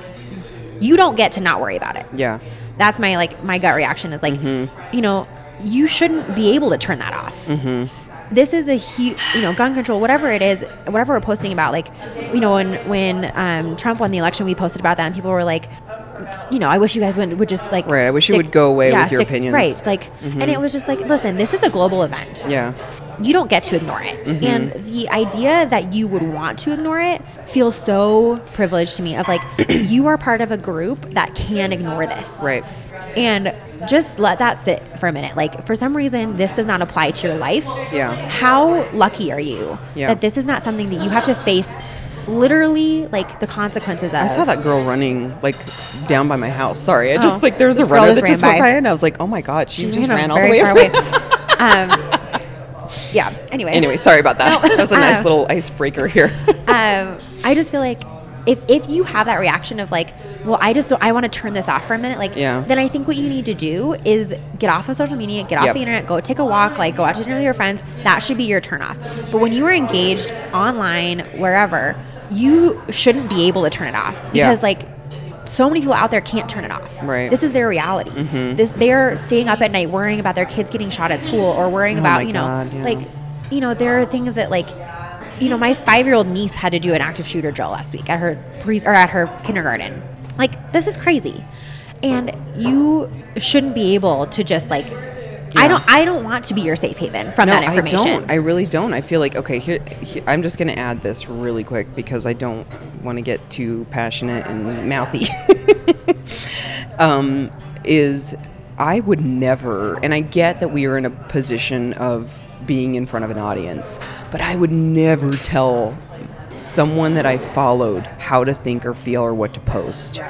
Speaker 2: you don't get to not worry about it.
Speaker 1: Yeah.
Speaker 2: That's my like my gut reaction is like,
Speaker 1: Mm-hmm.
Speaker 2: you know, you shouldn't be able to turn that off.
Speaker 1: Mm-hmm.
Speaker 2: This is a huge, you know, gun control, whatever it is, whatever we're posting about. Like, you know, when when um, Trump won the election, we posted about that, and people were like, you know, I wish you guys would would just like,
Speaker 1: Right, I wish you would go away with your opinions. Mm-hmm.
Speaker 2: right? Like, and it was just like, listen, this is a global event
Speaker 1: Yeah. Mm-hmm.
Speaker 2: you don't get to ignore it. And the idea that you would want to ignore it feels so privileged to me of like *clears throat* you are part of a group that can ignore this.
Speaker 1: Right.
Speaker 2: And just let that sit for a minute. Like for some reason this does not apply to your life.
Speaker 1: Yeah.
Speaker 2: How lucky are you
Speaker 1: Yeah.
Speaker 2: that this is not something that you have to face literally like the consequences of
Speaker 1: I saw that girl running like down by my house. Sorry, I
Speaker 2: Oh,
Speaker 1: just like there was a
Speaker 2: this girl
Speaker 1: runner
Speaker 2: just
Speaker 1: that just
Speaker 2: ran
Speaker 1: went
Speaker 2: by.
Speaker 1: by, and I was like, oh my god, she just
Speaker 2: You know,
Speaker 1: ran all the way.
Speaker 2: very far
Speaker 1: Away.
Speaker 2: away. um, yeah.
Speaker 1: *laughs*
Speaker 2: Anyway.
Speaker 1: Anyway, sorry about that.
Speaker 2: No.
Speaker 1: that was a nice
Speaker 2: *laughs* Uh,
Speaker 1: little icebreaker here.
Speaker 2: um, I just feel like if, if you have that reaction of like, well, I just don't, I want to turn this off for a minute, like,
Speaker 1: Yeah.
Speaker 2: then I think what you need to do is get off of social media, get off
Speaker 1: Yep.
Speaker 2: the internet, go take a walk, like go out to dinner with your friends. That should be your turn off. But when you are engaged online, wherever, you shouldn't be able to turn it off
Speaker 1: Yeah.
Speaker 2: because like. So many people out there can't turn it off.
Speaker 1: Right. Mm-hmm.
Speaker 2: This is their reality. This they're staying up at night worrying about their kids getting shot at school or worrying
Speaker 1: Oh my
Speaker 2: about you know
Speaker 1: God, yeah.
Speaker 2: like you know, there are things that like, you know, my five-year-old niece had to do an active shooter drill last week at her pre or at her kindergarten. Like, this is crazy, and you shouldn't be able to just like, I
Speaker 1: Yeah.
Speaker 2: don't, I don't want to be your safe haven from that information.
Speaker 1: I don't. I really don't. I feel like okay. Here, here I'm just going to add this really quick because I don't want to get too passionate and mouthy. *laughs* um, is I would never, and I get that we are in a position of being in front of an audience, but I would never tell someone that I followed how to think or feel or what to post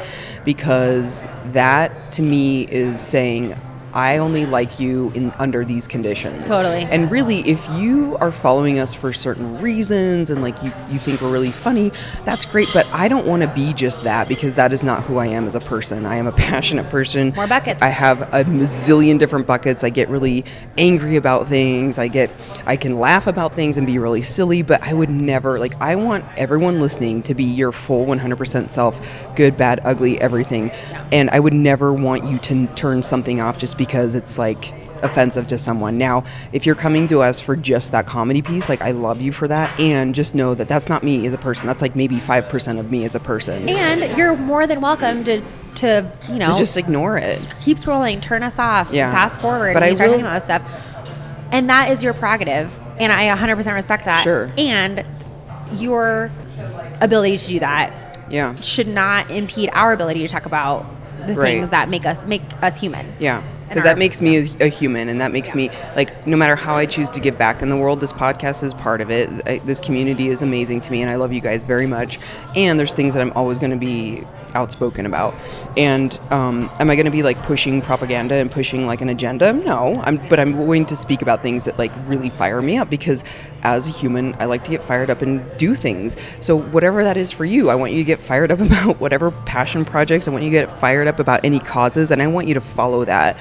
Speaker 1: because that to me is saying. I only like you in under these conditions.
Speaker 2: Totally.
Speaker 1: And really, if you are following us for certain reasons and like you, you think we're really funny, that's great. But I don't want to be just that because that is not who I am as a person. I am a *laughs* passionate person.
Speaker 2: More buckets.
Speaker 1: I have a zillion different buckets. I get really angry about things. I get, I can laugh about things and be really silly, but I would never, like, I want everyone listening to be your full 100% self good, bad, ugly, everything. And I would never want you to n- turn something off just because it's like, offensive to someone. Now, if you're coming to us for just that comedy piece, like I love you for that, and just know that that's not me as a person. That's like maybe five percent of me as a person.
Speaker 2: and you're more than welcome to, to you know,
Speaker 1: to just ignore it.
Speaker 2: keep scrolling, turn us off,
Speaker 1: Yeah.
Speaker 2: fast forward,
Speaker 1: But
Speaker 2: when
Speaker 1: I
Speaker 2: you start
Speaker 1: will-
Speaker 2: talking about that stuff. And that is your prerogative, and I 100% respect that.
Speaker 1: Sure.
Speaker 2: And your ability to do that
Speaker 1: Yeah,
Speaker 2: should not impede our ability to talk about the
Speaker 1: Right.
Speaker 2: things that make us make us human.
Speaker 1: yeah.
Speaker 2: And
Speaker 1: Because
Speaker 2: our-
Speaker 1: that makes me a, a human, and that makes me like no matter how I choose to give back in the world, this podcast is part of it. I, this community is amazing to me, and I love you guys very much. And there's things that I'm always going to be outspoken about. And um, am I going to be like pushing propaganda and pushing like an agenda? No, I'm. But I'm willing to speak about things that like really fire me up because as a human, I like to get fired up and do things. So whatever that is for you, I want you to get fired up *laughs* about whatever passion projects. I want you to get fired up about any causes, and I want you to follow that.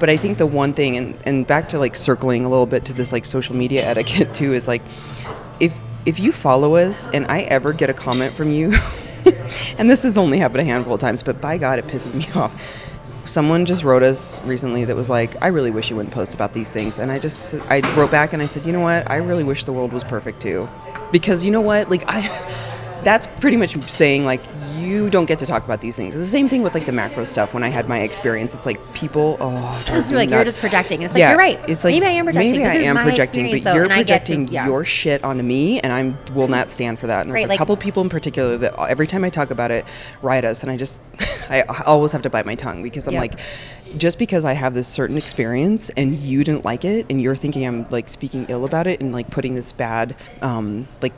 Speaker 1: But I think the one thing, and, and back to like circling a little bit to this like social media *laughs* etiquette too, is like if if you follow us and I ever get a comment from you, *laughs* and this has only happened a handful of times, but by God, it pisses me *laughs* off. Someone just wrote us recently that was like, "I really wish you wouldn't post about these things," and I just I wrote back and I said, "You know what? I really wish the world was perfect too, because you know what? Like I." *laughs* that's pretty much saying like you don't get to talk about these things. It's the same thing with like the macro stuff. When I had my experience, it's like people. Oh, it drives
Speaker 2: You're
Speaker 1: me
Speaker 2: like, you're
Speaker 1: nuts.
Speaker 2: just projecting. It's like, you're right.
Speaker 1: It's like
Speaker 2: Maybe I am projecting.
Speaker 1: Maybe
Speaker 2: This
Speaker 1: I
Speaker 2: is
Speaker 1: am
Speaker 2: my
Speaker 1: projecting,
Speaker 2: experience,
Speaker 1: but
Speaker 2: though,
Speaker 1: you're
Speaker 2: and I get to-
Speaker 1: projecting
Speaker 2: yeah.
Speaker 1: your shit onto me, and I
Speaker 2: *laughs*
Speaker 1: will not stand for that. And there's
Speaker 2: Right,
Speaker 1: a
Speaker 2: like-
Speaker 1: couple people in particular that every time I talk about it, write us, and I just *laughs* I always have to bite my tongue because I'm
Speaker 2: Yeah.
Speaker 1: like. Just because I have this certain experience and you didn't like it, and you're thinking I'm like speaking ill about it and like putting this bad um, like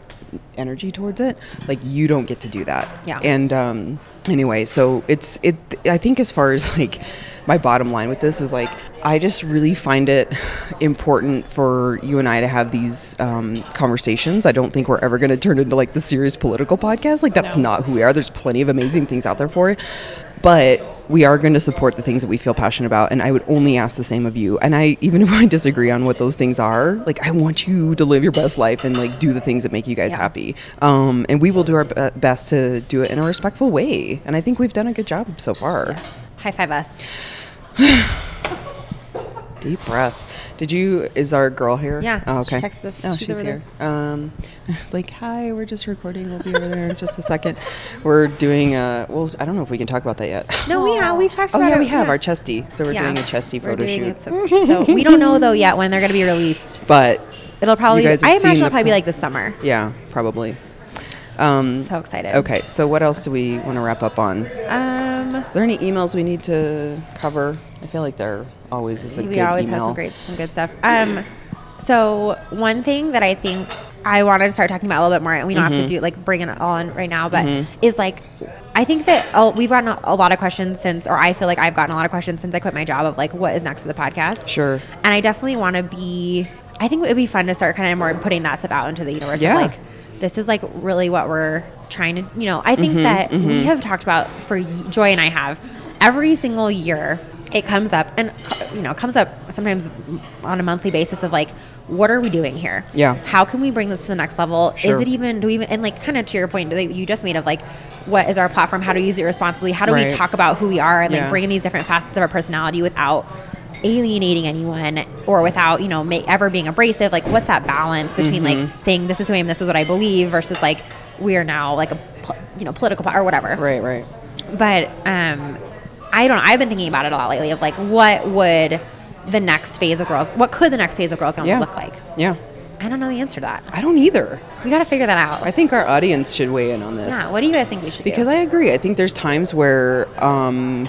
Speaker 1: energy towards it, like you don't get to do that.
Speaker 2: Yeah.
Speaker 1: And um, anyway, so it's it. I think as far as *laughs* like my bottom line with this is like I just really find it important for you and I to have these um, conversations. I don't think we're ever going to turn into like the serious political podcast. Like that's not who we are. There's plenty of amazing things out there for it, but we are going to support the things that we feel passionate about and i would only ask the same of you and i even *laughs* if i disagree on what those things are like i want you to live your best life and like do the things that make you guys
Speaker 2: Yeah.
Speaker 1: happy um, and we will do our b- best to do it in a respectful way and i think we've done a good job so far
Speaker 2: High five us.
Speaker 1: deep breath did you is our girl here
Speaker 2: Yeah,
Speaker 1: oh,
Speaker 2: she
Speaker 1: okay
Speaker 2: texted us.
Speaker 1: oh
Speaker 2: She's
Speaker 1: she's,
Speaker 2: over there.
Speaker 1: here um, *laughs* like hi we're just recording we'll be over there in just a second we're doing uh well i don't know if we can talk about that yet
Speaker 2: No, we have. We've talked
Speaker 1: Oh
Speaker 2: about
Speaker 1: yeah,
Speaker 2: it.
Speaker 1: we have our chesty. So we're
Speaker 2: Yeah.
Speaker 1: doing a chesty
Speaker 2: We're
Speaker 1: photo
Speaker 2: doing
Speaker 1: shoot.
Speaker 2: it, So, so we don't know though yet when they're going to be released.
Speaker 1: But
Speaker 2: It'll probably. I
Speaker 1: guys have
Speaker 2: imagine
Speaker 1: seen
Speaker 2: it'll
Speaker 1: the
Speaker 2: probably be
Speaker 1: pro-
Speaker 2: like this summer.
Speaker 1: yeah, probably. Um,
Speaker 2: So excited.
Speaker 1: okay, so what else do we want to wrap up on? Is
Speaker 2: Um.
Speaker 1: there any emails we need to cover? I feel like there always is a
Speaker 2: we
Speaker 1: good
Speaker 2: always
Speaker 1: email.
Speaker 2: have some great some good stuff um so one thing that i think i wanted to start talking about a little bit more and we don't
Speaker 1: Mm-hmm.
Speaker 2: have to do like bring it all in right now but is like i think that oh, we've gotten a, a lot of questions since or i feel like i've gotten a lot of questions since i quit my job of like what is next for the podcast
Speaker 1: Sure.
Speaker 2: and i definitely want to be I think it would be fun to start kind of more putting that stuff out into the universe. of,
Speaker 1: Yeah.
Speaker 2: like this is like really what we're trying to, you know, I
Speaker 1: Mm-hmm,
Speaker 2: think that we have talked about for y- Joy and I have every single year it comes up and you know, it comes up sometimes on a monthly basis of like what are we doing here?
Speaker 1: Yeah.
Speaker 2: How can we bring this to the next level?
Speaker 1: Sure.
Speaker 2: Is it even do we even and like kind of to your point that you just made of like what is our platform? How to use it responsibly? How do
Speaker 1: Right.
Speaker 2: we talk about who we are and
Speaker 1: Yeah.
Speaker 2: like bringing these different facets of our personality without alienating anyone or without you know ma- ever being abrasive like what's that balance between
Speaker 1: Mm-hmm.
Speaker 2: like saying this is who i am this is what i believe versus like we are now like a pol- you know political po- or whatever
Speaker 1: Right, right.
Speaker 2: but um i don't know i've been thinking about it a lot lately of like what would the next phase of girls what could the next phase of girls gonna
Speaker 1: Yeah.
Speaker 2: look like
Speaker 1: Yeah.
Speaker 2: i don't know the answer to that
Speaker 1: I don't either.
Speaker 2: we gotta figure that out
Speaker 1: I think our audience should weigh in on this.
Speaker 2: yeah what do you guys think we should
Speaker 1: Because
Speaker 2: do
Speaker 1: I agree. I think there's times where um,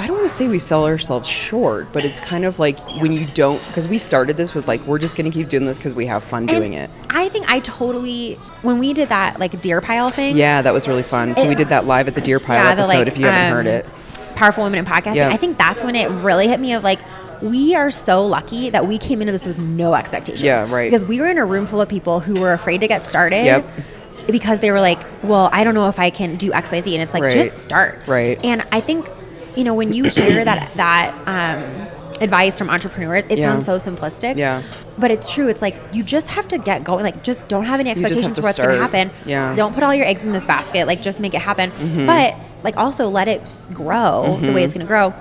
Speaker 1: I don't want to say we sell ourselves short, but it's kind of like when you don't, because we started this with like, we're just going to keep doing this because we have fun doing it.
Speaker 2: And i think i totally when we did that like deer pile thing
Speaker 1: Yeah, that was really fun. So we did that live at the Deer Pile
Speaker 2: the,
Speaker 1: episode if you haven't heard
Speaker 2: um,
Speaker 1: it.
Speaker 2: Powerful Women in Podcasting.
Speaker 1: Yeah.
Speaker 2: I think that's when it really hit me of like, we are so lucky that we came into this with no expectations.
Speaker 1: Yeah, right.
Speaker 2: Because we were in a room full of people who were afraid to get started.
Speaker 1: Yep.
Speaker 2: Because they were like, well, I don't know if I can do X, Y, Z. And it's like,
Speaker 1: Right.
Speaker 2: just start.
Speaker 1: Right.
Speaker 2: And I think, you know, when you hear that, *coughs* that, um, advice from entrepreneurs it
Speaker 1: Yeah.
Speaker 2: sounds so simplistic
Speaker 1: Yeah.
Speaker 2: but it's true it's like you just have to get going like just don't have any
Speaker 1: just have
Speaker 2: expectations
Speaker 1: to
Speaker 2: for what's going to
Speaker 1: start.
Speaker 2: happen
Speaker 1: Yeah. Mm-hmm.
Speaker 2: don't put all your eggs in this basket. Like, just make it happen. But like, also let it grow the way it's going to grow.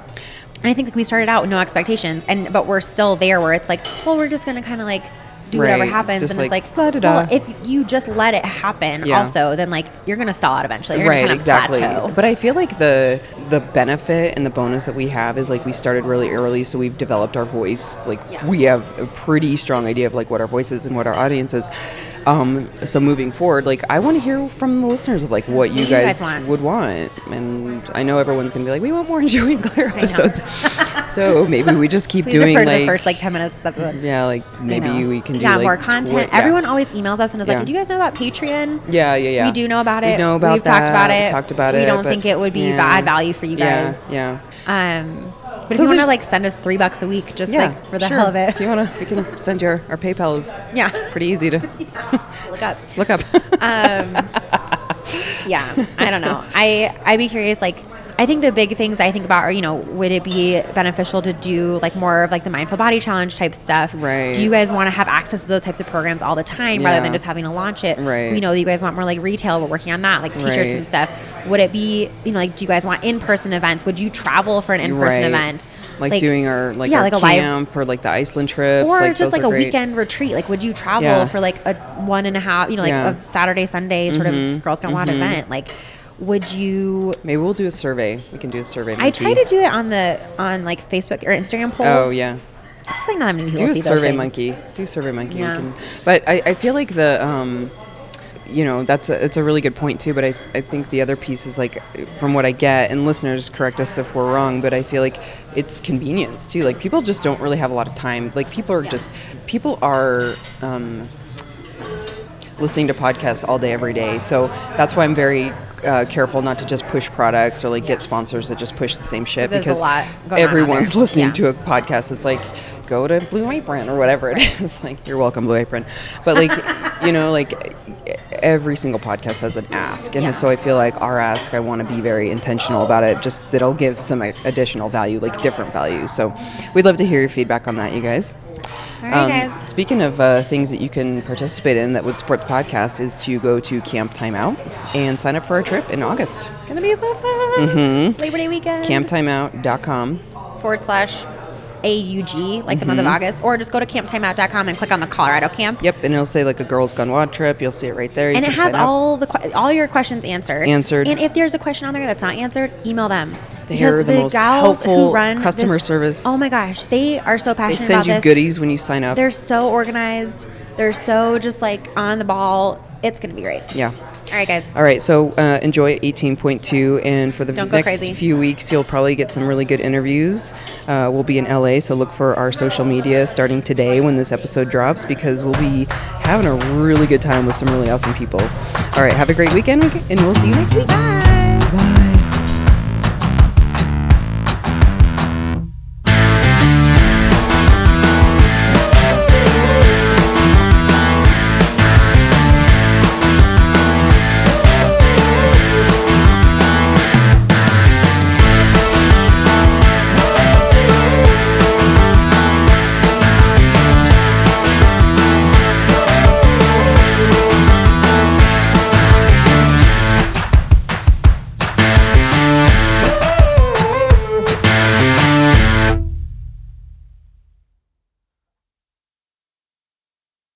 Speaker 2: And I think like we started out with no expectations, and but we're still there where it's like, well, we're just going to kind of like do whatever
Speaker 1: Right.
Speaker 2: happens,
Speaker 1: Just,
Speaker 2: and
Speaker 1: like,
Speaker 2: it's like,
Speaker 1: la da da.
Speaker 2: well, if you just let it happen,
Speaker 1: Yeah.
Speaker 2: also, then like you're going to stall out eventually. You're
Speaker 1: right
Speaker 2: going to kind of
Speaker 1: exactly
Speaker 2: plateau.
Speaker 1: but i feel like the the benefit and the bonus that we have is like we started really early so we've developed our voice like
Speaker 2: Yeah.
Speaker 1: we have a pretty strong idea of like what our voice is and what our audience is um, so moving forward like i want to hear from the listeners of like what you,
Speaker 2: you
Speaker 1: guys,
Speaker 2: guys want.
Speaker 1: would want and i know everyone's gonna be like we want more *laughs* joey and claire
Speaker 2: know. *laughs*
Speaker 1: episodes so maybe we just keep
Speaker 2: Please
Speaker 1: doing
Speaker 2: refer to
Speaker 1: like
Speaker 2: the first like ten minutes of the.
Speaker 1: yeah like
Speaker 2: you
Speaker 1: maybe
Speaker 2: know.
Speaker 1: we can do
Speaker 2: yeah
Speaker 1: like,
Speaker 2: more content.
Speaker 1: twi- yeah.
Speaker 2: Everyone always emails us and is
Speaker 1: Yeah.
Speaker 2: like, "Do you guys know about Patreon?"
Speaker 1: yeah, yeah, yeah.
Speaker 2: We do know about it.
Speaker 1: We know about
Speaker 2: We've talked about
Speaker 1: that.
Speaker 2: it.
Speaker 1: We talked about
Speaker 2: We
Speaker 1: it.
Speaker 2: don't
Speaker 1: but-
Speaker 2: think it would be
Speaker 1: Yeah.
Speaker 2: bad value for you
Speaker 1: Yeah,
Speaker 2: guys.
Speaker 1: Yeah.
Speaker 2: Um, but if
Speaker 1: So
Speaker 2: you want to
Speaker 1: there's-
Speaker 2: like send us three bucks a week, just
Speaker 1: Yeah,
Speaker 2: like for the
Speaker 1: sure.
Speaker 2: hell of it,
Speaker 1: If you wanna, we
Speaker 2: *laughs*
Speaker 1: can send your our PayPal is
Speaker 2: Yeah.
Speaker 1: pretty easy
Speaker 2: *laughs*
Speaker 1: to
Speaker 2: look *laughs* up.
Speaker 1: look up. *laughs*
Speaker 2: Um, yeah, I don't know. I I'd be curious. Like, I think the big things I think about are you know, would it be beneficial to do like more of like the mindful body challenge type stuff?
Speaker 1: Right.
Speaker 2: Do you guys want to have access to those types of programs all the time rather
Speaker 1: Yeah.
Speaker 2: than just having to launch it?
Speaker 1: Right.
Speaker 2: We know that you guys want more like retail. We're working on that, like t-shirts
Speaker 1: Right.
Speaker 2: and stuff. Would it be you know like do you guys want in-person events? Would you travel for an in-person
Speaker 1: Right.
Speaker 2: event?
Speaker 1: like, doing our like
Speaker 2: yeah,
Speaker 1: our
Speaker 2: like a live
Speaker 1: camp or like the Iceland trips,
Speaker 2: or
Speaker 1: like,
Speaker 2: just
Speaker 1: those
Speaker 2: like
Speaker 1: are
Speaker 2: a
Speaker 1: great.
Speaker 2: weekend retreat. Like, would you travel
Speaker 1: Yeah.
Speaker 2: for like a one and a half, you know, like
Speaker 1: Yeah. Mm-hmm.
Speaker 2: a Saturday, Sunday sort of girls don't want event? Like, would you?
Speaker 1: Maybe we'll do a survey. We can do a survey.
Speaker 2: I try
Speaker 1: monkey.
Speaker 2: to do it on the on like Facebook or Instagram polls.
Speaker 1: Oh yeah,
Speaker 2: I feel like not that many people
Speaker 1: do a
Speaker 2: see those
Speaker 1: Survey
Speaker 2: things.
Speaker 1: Monkey. Do Survey Monkey.
Speaker 2: Yeah.
Speaker 1: We can, but I, I feel like the. Um, you know that's a, it's a really good point too but I, I think the other piece is like from what i get and listeners correct us if we're wrong but i feel like it's convenience too like people just don't really have a lot of time like people are
Speaker 2: Yeah.
Speaker 1: just people are um, listening to podcasts all day every day so that's why i'm very uh, careful not to just push products or like get sponsors that just push the same shit
Speaker 2: There's a
Speaker 1: because
Speaker 2: lot going on out
Speaker 1: everyone's
Speaker 2: there.
Speaker 1: listening
Speaker 2: Yeah.
Speaker 1: to a podcast it's like go to blue apron or whatever it *laughs* is. like you're welcome blue apron but like you know like every single podcast has an ask and
Speaker 2: Yeah.
Speaker 1: so i feel like our ask i want to be very intentional about it just that'll give some like, additional value like different value so we'd love to hear your feedback on that you guys
Speaker 2: All right, guys.
Speaker 1: Speaking of uh, things that you can participate in that would support the podcast is to go to Camp Timeout and sign up for our trip in August.
Speaker 2: It's gonna be so fun.
Speaker 1: Mm-hmm.
Speaker 2: Labor Day weekend.
Speaker 1: Camptimeout.com.
Speaker 2: forward slash AUG, like the month of
Speaker 1: Mm-hmm.
Speaker 2: August, or just go to camptimeout.com and click on the Colorado camp.
Speaker 1: Yep, and it'll say like a girls gone wild trip. You'll see it right there. You
Speaker 2: and it
Speaker 1: can
Speaker 2: has
Speaker 1: sign up.
Speaker 2: all the que- all your questions answered.
Speaker 1: Answered.
Speaker 2: And if there's a question on there that's not answered, email them.
Speaker 1: They're the most helpful customer service.
Speaker 2: Oh my gosh, they are so
Speaker 1: They
Speaker 2: passionate
Speaker 1: send
Speaker 2: about
Speaker 1: you e-
Speaker 2: this.
Speaker 1: goodies when you sign up.
Speaker 2: They're so organized. They're so just like on the ball. It's gonna be great.
Speaker 1: yeah.
Speaker 2: All right, guys.
Speaker 1: All right, so uh, enjoy 18.2, and for the
Speaker 2: Don't go
Speaker 1: next
Speaker 2: crazy.
Speaker 1: few weeks, you'll probably get some really good interviews. Uh, we'll be in LA, so look for our social media starting today when this episode drops because we'll be having a really good time with some really awesome people. All right, have a great weekend, and we'll see you next week.
Speaker 2: Bye.
Speaker 1: Bye.